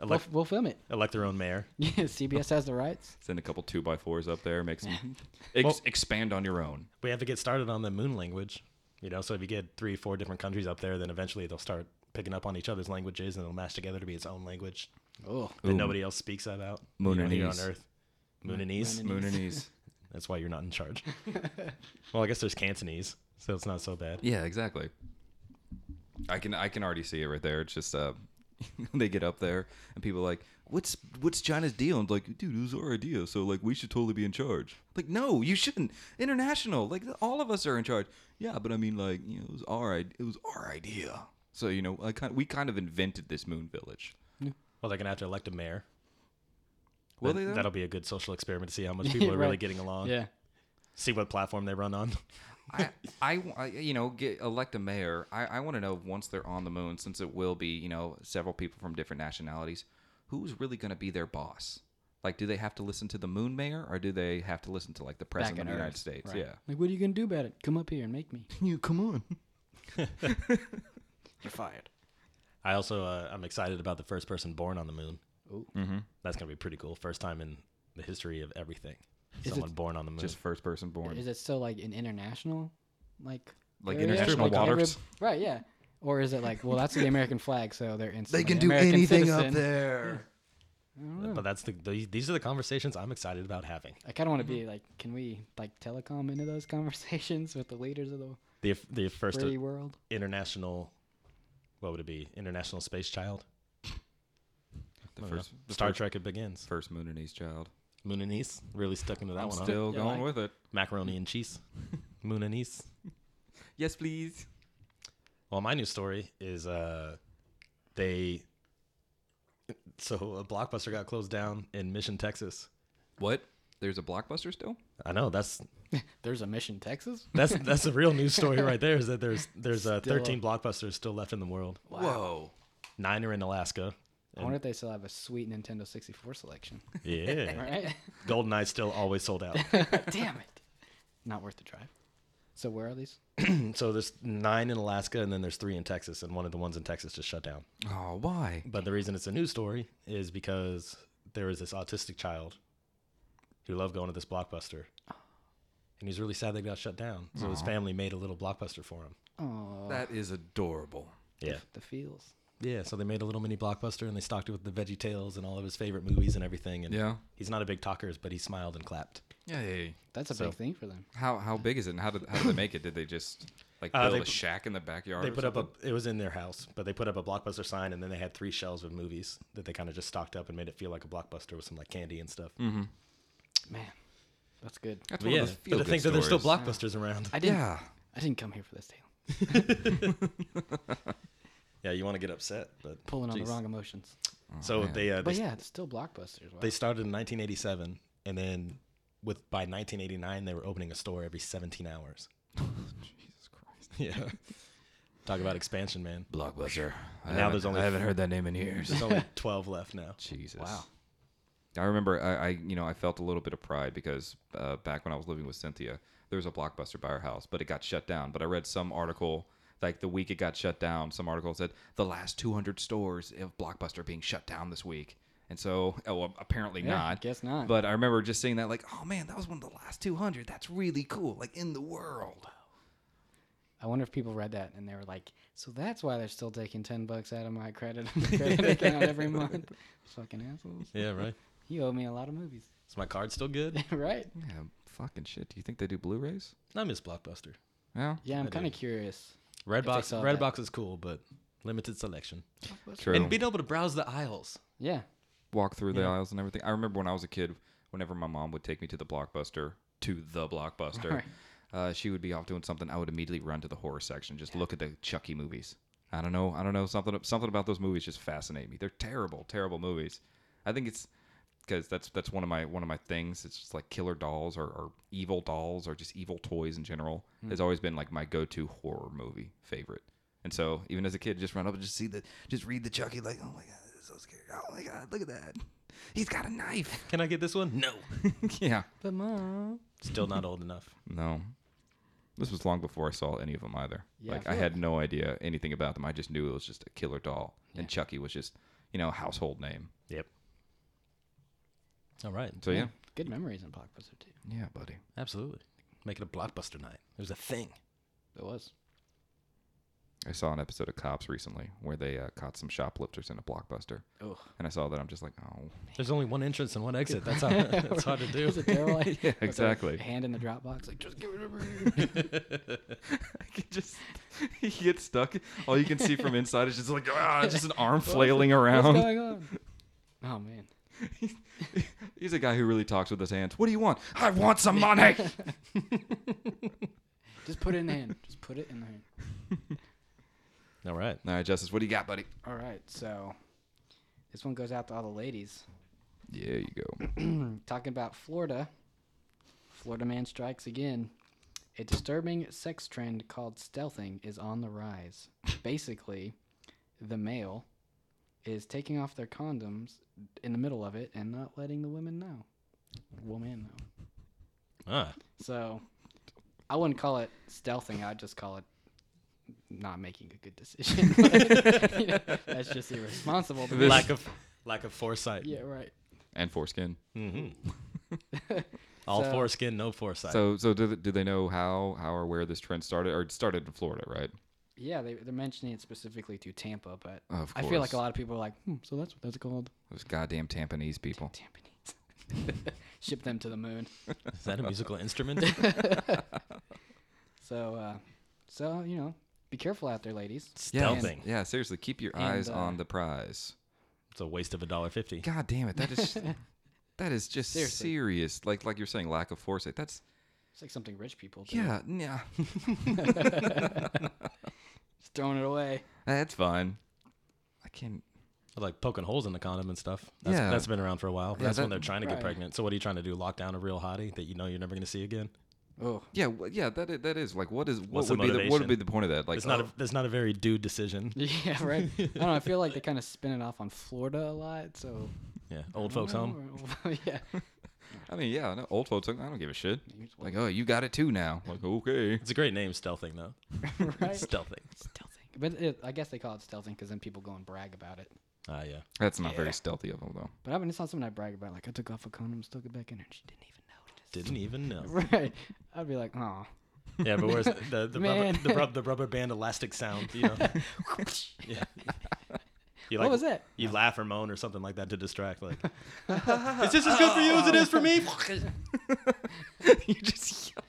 we'll, Elect- we'll film it. elect their own mayor. Yeah, CBS has the rights. Send a couple two by fours up there. Make some ex- expand on your own. We have to get started on the moon language. You know, so if you get three, four different countries up there, then eventually they'll start picking up on each other's languages and it'll mash together to be its own language Oh, that Ooh. nobody else speaks about. Moon you know, and here on ease. Earth. Moon and ease. Moon and ease. That's why you're not in charge. well, I guess there's Cantonese, so it's not so bad. yeah, exactly. I can I can already see it right there. It's just uh, they get up there and people are like, what's what's China's deal? And like, dude, it was our idea, so like we should totally be in charge. Like, no, you shouldn't. International, like all of us are in charge. Yeah, but I mean, like, you know, it was our i- it was our idea. So you know, I kind we kind of invented this moon village. Well, they're gonna have to elect a mayor. Will That- they? though? That'll be a good social experiment to see how much people are really Right. getting along. yeah. See what platform they run on. I, I, w- I- you know, get elect a mayor. I, I want to know once they're on the moon, since it will be, you know, several people from different nationalities, who's really going to be their boss? Like, do they have to listen to the moon mayor, or do they have to listen to like the president of in the United Earth, States? right. Yeah, Like, what are you gonna do about it? Come up here and make me. you come on. You're fired. I also uh, I'm excited about the first person born on the moon. Mm-hmm. That's gonna be pretty cool. First time in the history of everything, someone born on the moon. Just first person born. Is it still like an international, like Like area? international Like, every- waters? right? Yeah. Or is it like, well, that's the American flag, so they're instantly American citizen. there. but that's the the- these are the conversations I'm excited about having. I kind of want to be like, can we like telecom into those conversations with the leaders of the The the first uh, free world? international, what would it be? International space child. The first the Star first, Trek it begins. First moon and east child. Moon and East really stuck into that I'm one. huh? still Yeah, going like- with it. macaroni and cheese. Moon and East. Yes, please. Well, my news story is uh, they. So a blockbuster got closed down in Mission, Texas. What? There's a blockbuster still? I know that's There's a mission Texas. that's that's a real news story right there. Is that there's there's uh, Still. 13 blockbusters still left in the world. Whoa. Nine are in Alaska. I wonder if they still have a sweet Nintendo 64 selection. Yeah, Right? GoldenEye still always sold out. Damn it! Not worth the drive. So where are these? so there's nine in Alaska, and then there's three in Texas, and one of the ones in Texas just shut down. Oh, why? But the reason it's a news story is because there was this autistic child who loved going to this blockbuster. And he's really sad they got shut down. So his family made a little blockbuster for him. Oh, That is adorable. Yeah. the feels. Yeah. So they made a little mini blockbuster and they stocked it with the Veggie Tales and all of his favorite movies and everything. And Yeah. he's not a big talker, but he smiled and clapped. Yay. That's a So- big thing for them. How how big is it? And how did how did they make it? Did they just like Uh, build they a pu- shack in the backyard? They or put up a, something? it was in their house, but they put up a blockbuster sign and then they had three shelves of movies that they kind of just stocked up and made it feel like a blockbuster with some like candy and stuff. Man, that's good. That's But one yeah. of those But feel to good think that there's still stories. blockbusters around. I didn't. Yeah. I didn't come here for this tale. Yeah, you want to get upset, but Pulling on jeez. the wrong emotions. So man. they uh, they, But yeah, it's still blockbusters. Wow. they started in 1987, and then with by 1989 they were opening a store every 17 hours. Jesus Christ. Yeah, talk about expansion, man. Blockbuster. I Now haven't- there's only- I haven't heard that name in years. There's only 12 left now. Jesus. Wow. I remember I, I you know I felt a little bit of pride because uh, back when I was living with Cynthia, there was a blockbuster by our house, but it got shut down. But I read some article like the week it got shut down, some article said the last 200 stores of Blockbuster being shut down this week. And so, oh, well, apparently Yeah, not. guess not. But I remember just seeing that, like, oh man, that was one of the last 200. That's really cool. Like in the world. I wonder if people read that and they were like, "So that's why they're still taking ten bucks out of my credit, credit account every month." Fucking assholes! Yeah, right. You owe me a lot of movies, Is my card still good? right? Yeah, fucking shit. Do you think they do Blu-rays? I miss Blockbuster. No. Yeah, I'm I do. kind of curious. Redbox, saw that. Redbox is cool, but limited selection. True. And being able to browse the aisles. Yeah, walk through the aisles and everything. I remember when I was a kid, whenever my mom would take me to the blockbuster, to the blockbuster, Right. uh, she would be off doing something. I would immediately run to the horror section, just look at the Chucky movies. I don't know. I don't know something. Something about those movies just fascinate me. They're terrible, terrible movies. I think it's because that's that's one of my one of my things. It's just like killer dolls or, or evil dolls or just evil toys in general has always been like my go-to horror movie favorite. And so even as a kid, just run up and just see the just read the Chucky like, oh my god, this is so scary. Oh my god, look at that. He's got a knife. Can I get this one? No. yeah. but mom, Still not old enough. No. This was long before I saw any of them either. Yeah, I like feel I had no idea anything about them. I just knew it was just a killer doll, and Chucky was just you know a household name. Yep. All right. So yeah, good memories in Blockbuster too. yeah, buddy. Absolutely. Make it a blockbuster night. There's a thing. It was. I saw an episode of Cops recently where they uh, caught some shoplifters in a blockbuster. Oh. And I saw that I'm just like, oh, There's only one entrance and one exit. That's how that's hard to do. Is it terrible? Like, with their exactly. Hand in the Dropbox, like just give it a I can just you get stuck. All you can see from inside is just like ah, just an arm flailing What's around. going on? Oh man, He's a guy who really talks with his hands. What do you want? I want some money. just put it in the hand. Just put it in the hand. All right. All right, Justice, what do you got, buddy? All right, so this one goes out to all the ladies. Yeah, you go. Talking about Florida. Florida man strikes again. A disturbing sex trend called stealthing is on the rise. Basically, the male is taking off their condoms in the middle of it and not letting the women know. Woman know. Ah. So I wouldn't call it stealthing. I'd just call it not making a good decision. You know, that's just irresponsible. to me. Lack of lack of foresight. yeah, right. And foreskin. All So- foreskin, no foresight. So, so do, th- do they know how, how or where this trend started? Or it started in Florida, right? Yeah, they, they're mentioning it specifically to Tampa, but Of I feel like course. a lot of people are like, hmm, so that's what that's called. Those goddamn Tampanese people. Tampanese. Ship them to the moon. Is that a musical instrument? So, uh, so you know, be careful out there, ladies. Yeah, Stealthing. yeah, seriously, keep your And, eyes uh, on the prize. It's a waste of a dollar fifty. God damn it, that is that is just Seriously. serious. Like like you're saying, lack of foresight. That's It's like something rich people do. yeah, yeah. Just throwing it away. That's fine. I can Like poking holes in the condom and stuff. That's, Yeah. that's been around for a while. Yeah, that's when that- they're trying to Right. get pregnant. So what are you trying to do? Lock down a real hottie that you know you're never going to see again? Oh, yeah, wh- yeah. That i- that is like what is what What's the would be the what would motivation? be the point of that? Like It's not oh, a that's not a very dude decision. yeah, right. I don't know. I feel like they kind of spin it off on Florida a lot. So Yeah, old folks Oh. home. yeah. I mean, yeah, no, old folks. I don't give a shit. You just Like oh, you got it too now. Like okay, It's a great name, stealthing though. Right? Stealthing. Stealthing. But it, I guess they call it stealthing because then people go and brag about it. Ah, yeah. that's not very stealthy of them though. But I mean, it's not something I brag about. Like, I took off a condom, stuck it back in her, and she didn't even Didn't even know. notice. Right. I'd be like, oh. Yeah, but where's the the rubber, Man. the, rub, the rubber band elastic sound? You know, yeah. You What was that? You laugh or moan or something like that to distract. Like, is this as good for you as it is for me? you just yell.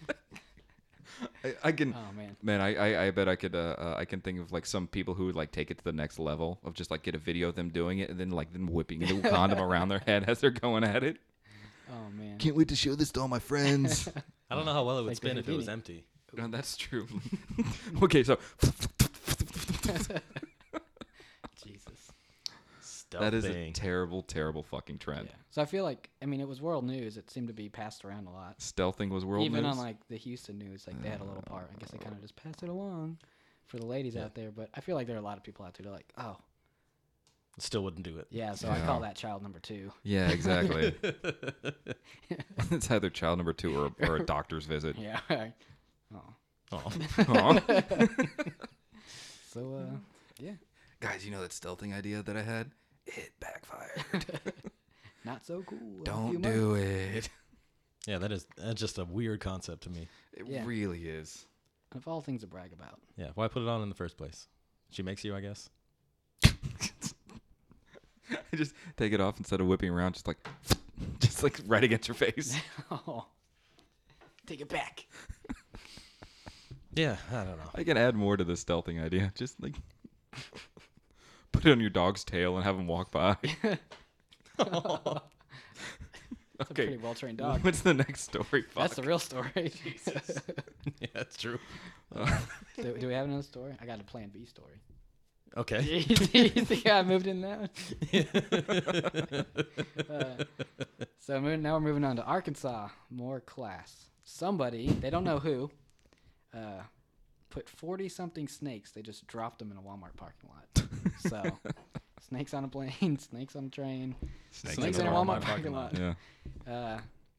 I, I can. Oh, man. Man, I, I, I bet I could uh, uh, I can think of like some people who would like take it to the next level of just like get a video of them doing it and then like them whipping the condom around their head as they're going at it. Oh, man. Can't wait to show this to all my friends. I don't know how well it would Like spin if it was Houdini. empty. no, that's true. okay, so dumb That is a thing. terrible, terrible fucking trend. Yeah. So I feel like I mean it was world news. It seemed to be passed around a lot. Stealthing was world Even news. on like the Houston news, like they had a Oh, little part. I guess they kind of just passed it along for the ladies out there. But I feel like there are a lot of people out there. They're like, oh Still wouldn't do it. yeah. So I call that child number two. yeah, exactly. it's either child number two or, a- or a doctor's visit. Yeah. right. Oh. Aw. So uh, yeah, Guys, you know that stealthing idea that I had? It backfired. not so cool. in a few Don't months. do it. Yeah, that is that's just a weird concept to me. It Yeah. really is. Of all things to brag about. Yeah, why put it on in the first place? She makes you, I guess. I just take it off instead of whipping around, just like, just like right against your face. Oh, take it back. Yeah, I don't know. I can add more to the stealthing idea. Just like put it on your dog's tail and have him walk by. It's a okay. pretty well trained dog. What's the next story? That's Fuck. the real story. yeah, that's true. do, do we have another story? I got a Plan B story. Okay. you think I moved in that one? Uh, so mo- now we're moving on to Arkansas. More class. Somebody, they don't know who, uh, put 40 something snakes. They just dropped them in a Walmart parking lot. So snakes on a plane, snakes on a train, snakes, in a Walmart, parking lot. yeah. Uh,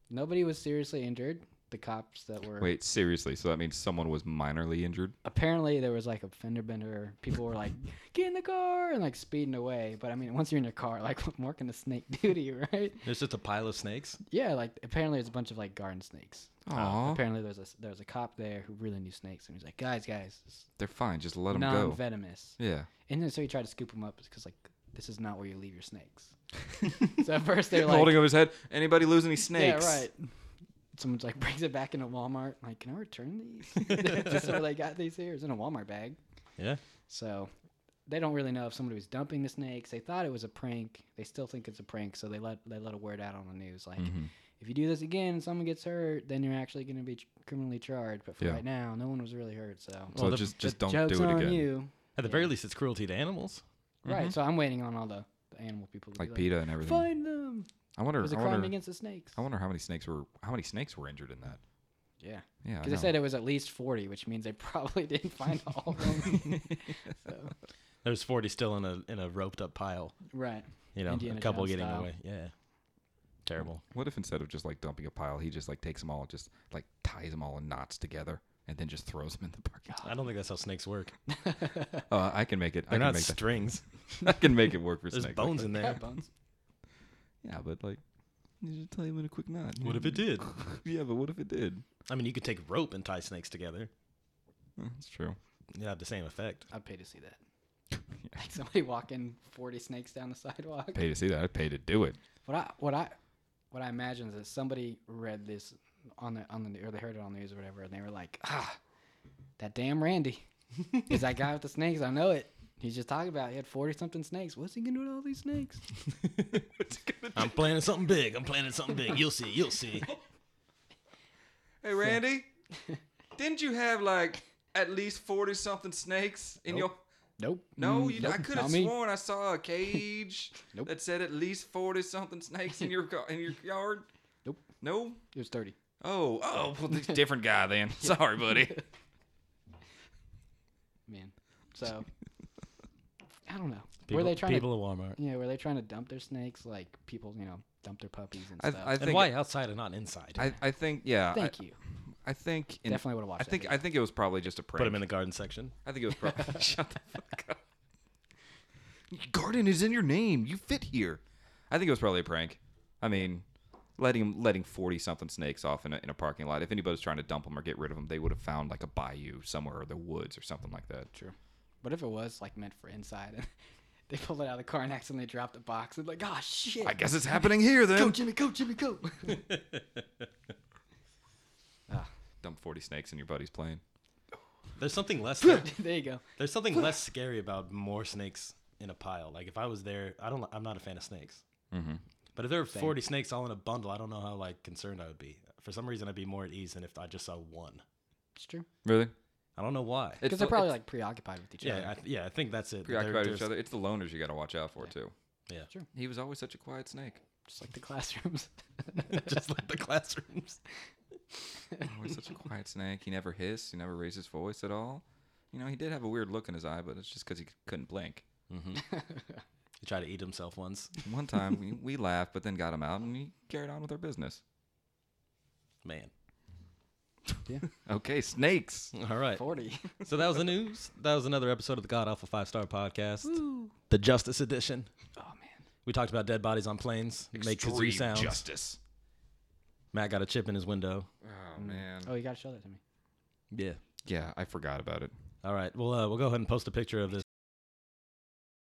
nobody was seriously injured. The cops that were Wait, seriously? So that means someone was minorly injured? apparently there was like a fender bender. People were like, "Get in the car!" and like speeding away. But I mean, once you're in your car, like more can the snake duty, right? There's just a pile of snakes. Yeah, like apparently there's a bunch of like garden snakes. Uh, Aw. Apparently there's a there's a cop there who really knew snakes, and he's like, "Guys, guys, it's They're fine. Just let them go. non-venomous." Yeah. And then so he tried to scoop them up because like this is not where you leave your snakes. so at first they're like, Holding over his head. Anybody lose any snakes? Yeah, right. Someone's like brings it back into Walmart. Like, can I return these? Just where they got these here. It's in a Walmart bag. Yeah. So they don't really know if somebody was dumping the snakes. They thought it was a prank. They still think it's a prank. So they let they let a word out on the news like, Mm-hmm. if you do this again and someone gets hurt, then you're actually going to be ch- criminally charged. But for Yeah. right now, no one was really hurt. So So Well, the- just, just the don't joke's do it on again. Mm-hmm. you. At the very least, it's cruelty to animals. Right. So I'm waiting on all the, the animal people to Like be PETA and everything. like, find them. I wonder. It was a I crime wonder, against the snakes. I wonder how many snakes were how many snakes were injured in that. Yeah. Yeah. I Because they know. said it was at least 40, which means they probably didn't find all of them. so, There's 40 still in a in a roped up pile. right. You know, Indiana a couple Jones getting style. away. Yeah. Terrible. What if instead of just like dumping a pile, he just like takes them all, and just like ties them all in knots together, and then just throws them in the parking lot? I don't think that's how snakes work. Uh, I can make it. I They're can not make that. strings. I can make it work for There's snakes. bones in there. Cat bones. Yeah, but like, you just tie them in a quick knot. What if it did? Yeah, but what if it did? Mm. I mean, you could take rope and tie snakes together. Well, That's true. You'd have the same effect. I'd pay to see that. Like somebody walking 40 snakes down the sidewalk. Pay to see that. I'd pay to do it. What I what I what I imagine is that somebody read this on the on the or they heard it on the news or whatever, and they were like, ah, that damn Randy, is that guy with the snakes? I know it. He's just talking about it. he had 40 something snakes. What's he gonna do with all these snakes? I'm planning something big. I'm planning something big. You'll see. You'll see. Hey, Randy, didn't you have like at least forty something snakes in your? Nope. No, Mm, you, I nope, could not have me. sworn I saw a cage Nope. that said at least forty something snakes in your gar- in your yard. Nope. No. It was 30. Oh, oh, well, this different guy then. Sorry, buddy. man. So I don't know. People, were they trying people at Walmart. to? Yeah, were they trying to dump their snakes like people? You know, dump their puppies and I, stuff. I And think. why outside and not inside? I, I think. Yeah. I, Thank you. I think. in- Definitely would've watched I that think. video. I think it was probably just a prank. Put them in the garden section. I think it was probably. Shut the fuck up. Garden is in your name. You fit here. I think it was probably a prank. I mean, letting letting forty something snakes off in a, in a parking lot. If anybody's trying to dump them or get rid of them, they would have found like a bayou somewhere or the woods or something like that. True. What if it was like meant for inside? And they pulled it out of the car and accidentally dropped the box. And like, oh shit! I guess it's happening here then. go Jimmy, go Jimmy, go! Dump forty snakes in your buddy's plane. There's something less. Than, there you go. there's something less scary about more snakes in a pile. Like if I was there, I don't. I'm not a fan of snakes. Mm-hmm. But if there were 40 snakes all in a bundle, I don't know how like concerned I would be. For some reason, I'd be more at ease than if I just saw one. It's true. Really? I don't know why. Because they're probably like preoccupied with each yeah, other. I, yeah. I think that's it. There- preoccupied with there's- each other. It's the loners you got to watch out for too. Yeah. He was always such a quiet snake. Just like the classrooms. Just like the classrooms. Always such a quiet snake. He never hissed. He never raised his voice at all. You know, he did have a weird look in his eye, but it's just because he c- couldn't blink. He tried to eat himself once. One time we, we laughed, but then got him out, and he carried on with our business. Man. Okay, snakes. All right. Forty. So that was the news. That was another episode of the God Alpha Five Star Podcast, the Justice Edition. oh man. We talked about dead bodies on planes, make kazoo sounds. justice. Matt got a chip in his window. Oh man. Oh, you gotta show that to me. Yeah. Yeah, I forgot about it. All right. Well, uh, we'll go ahead and post a picture of this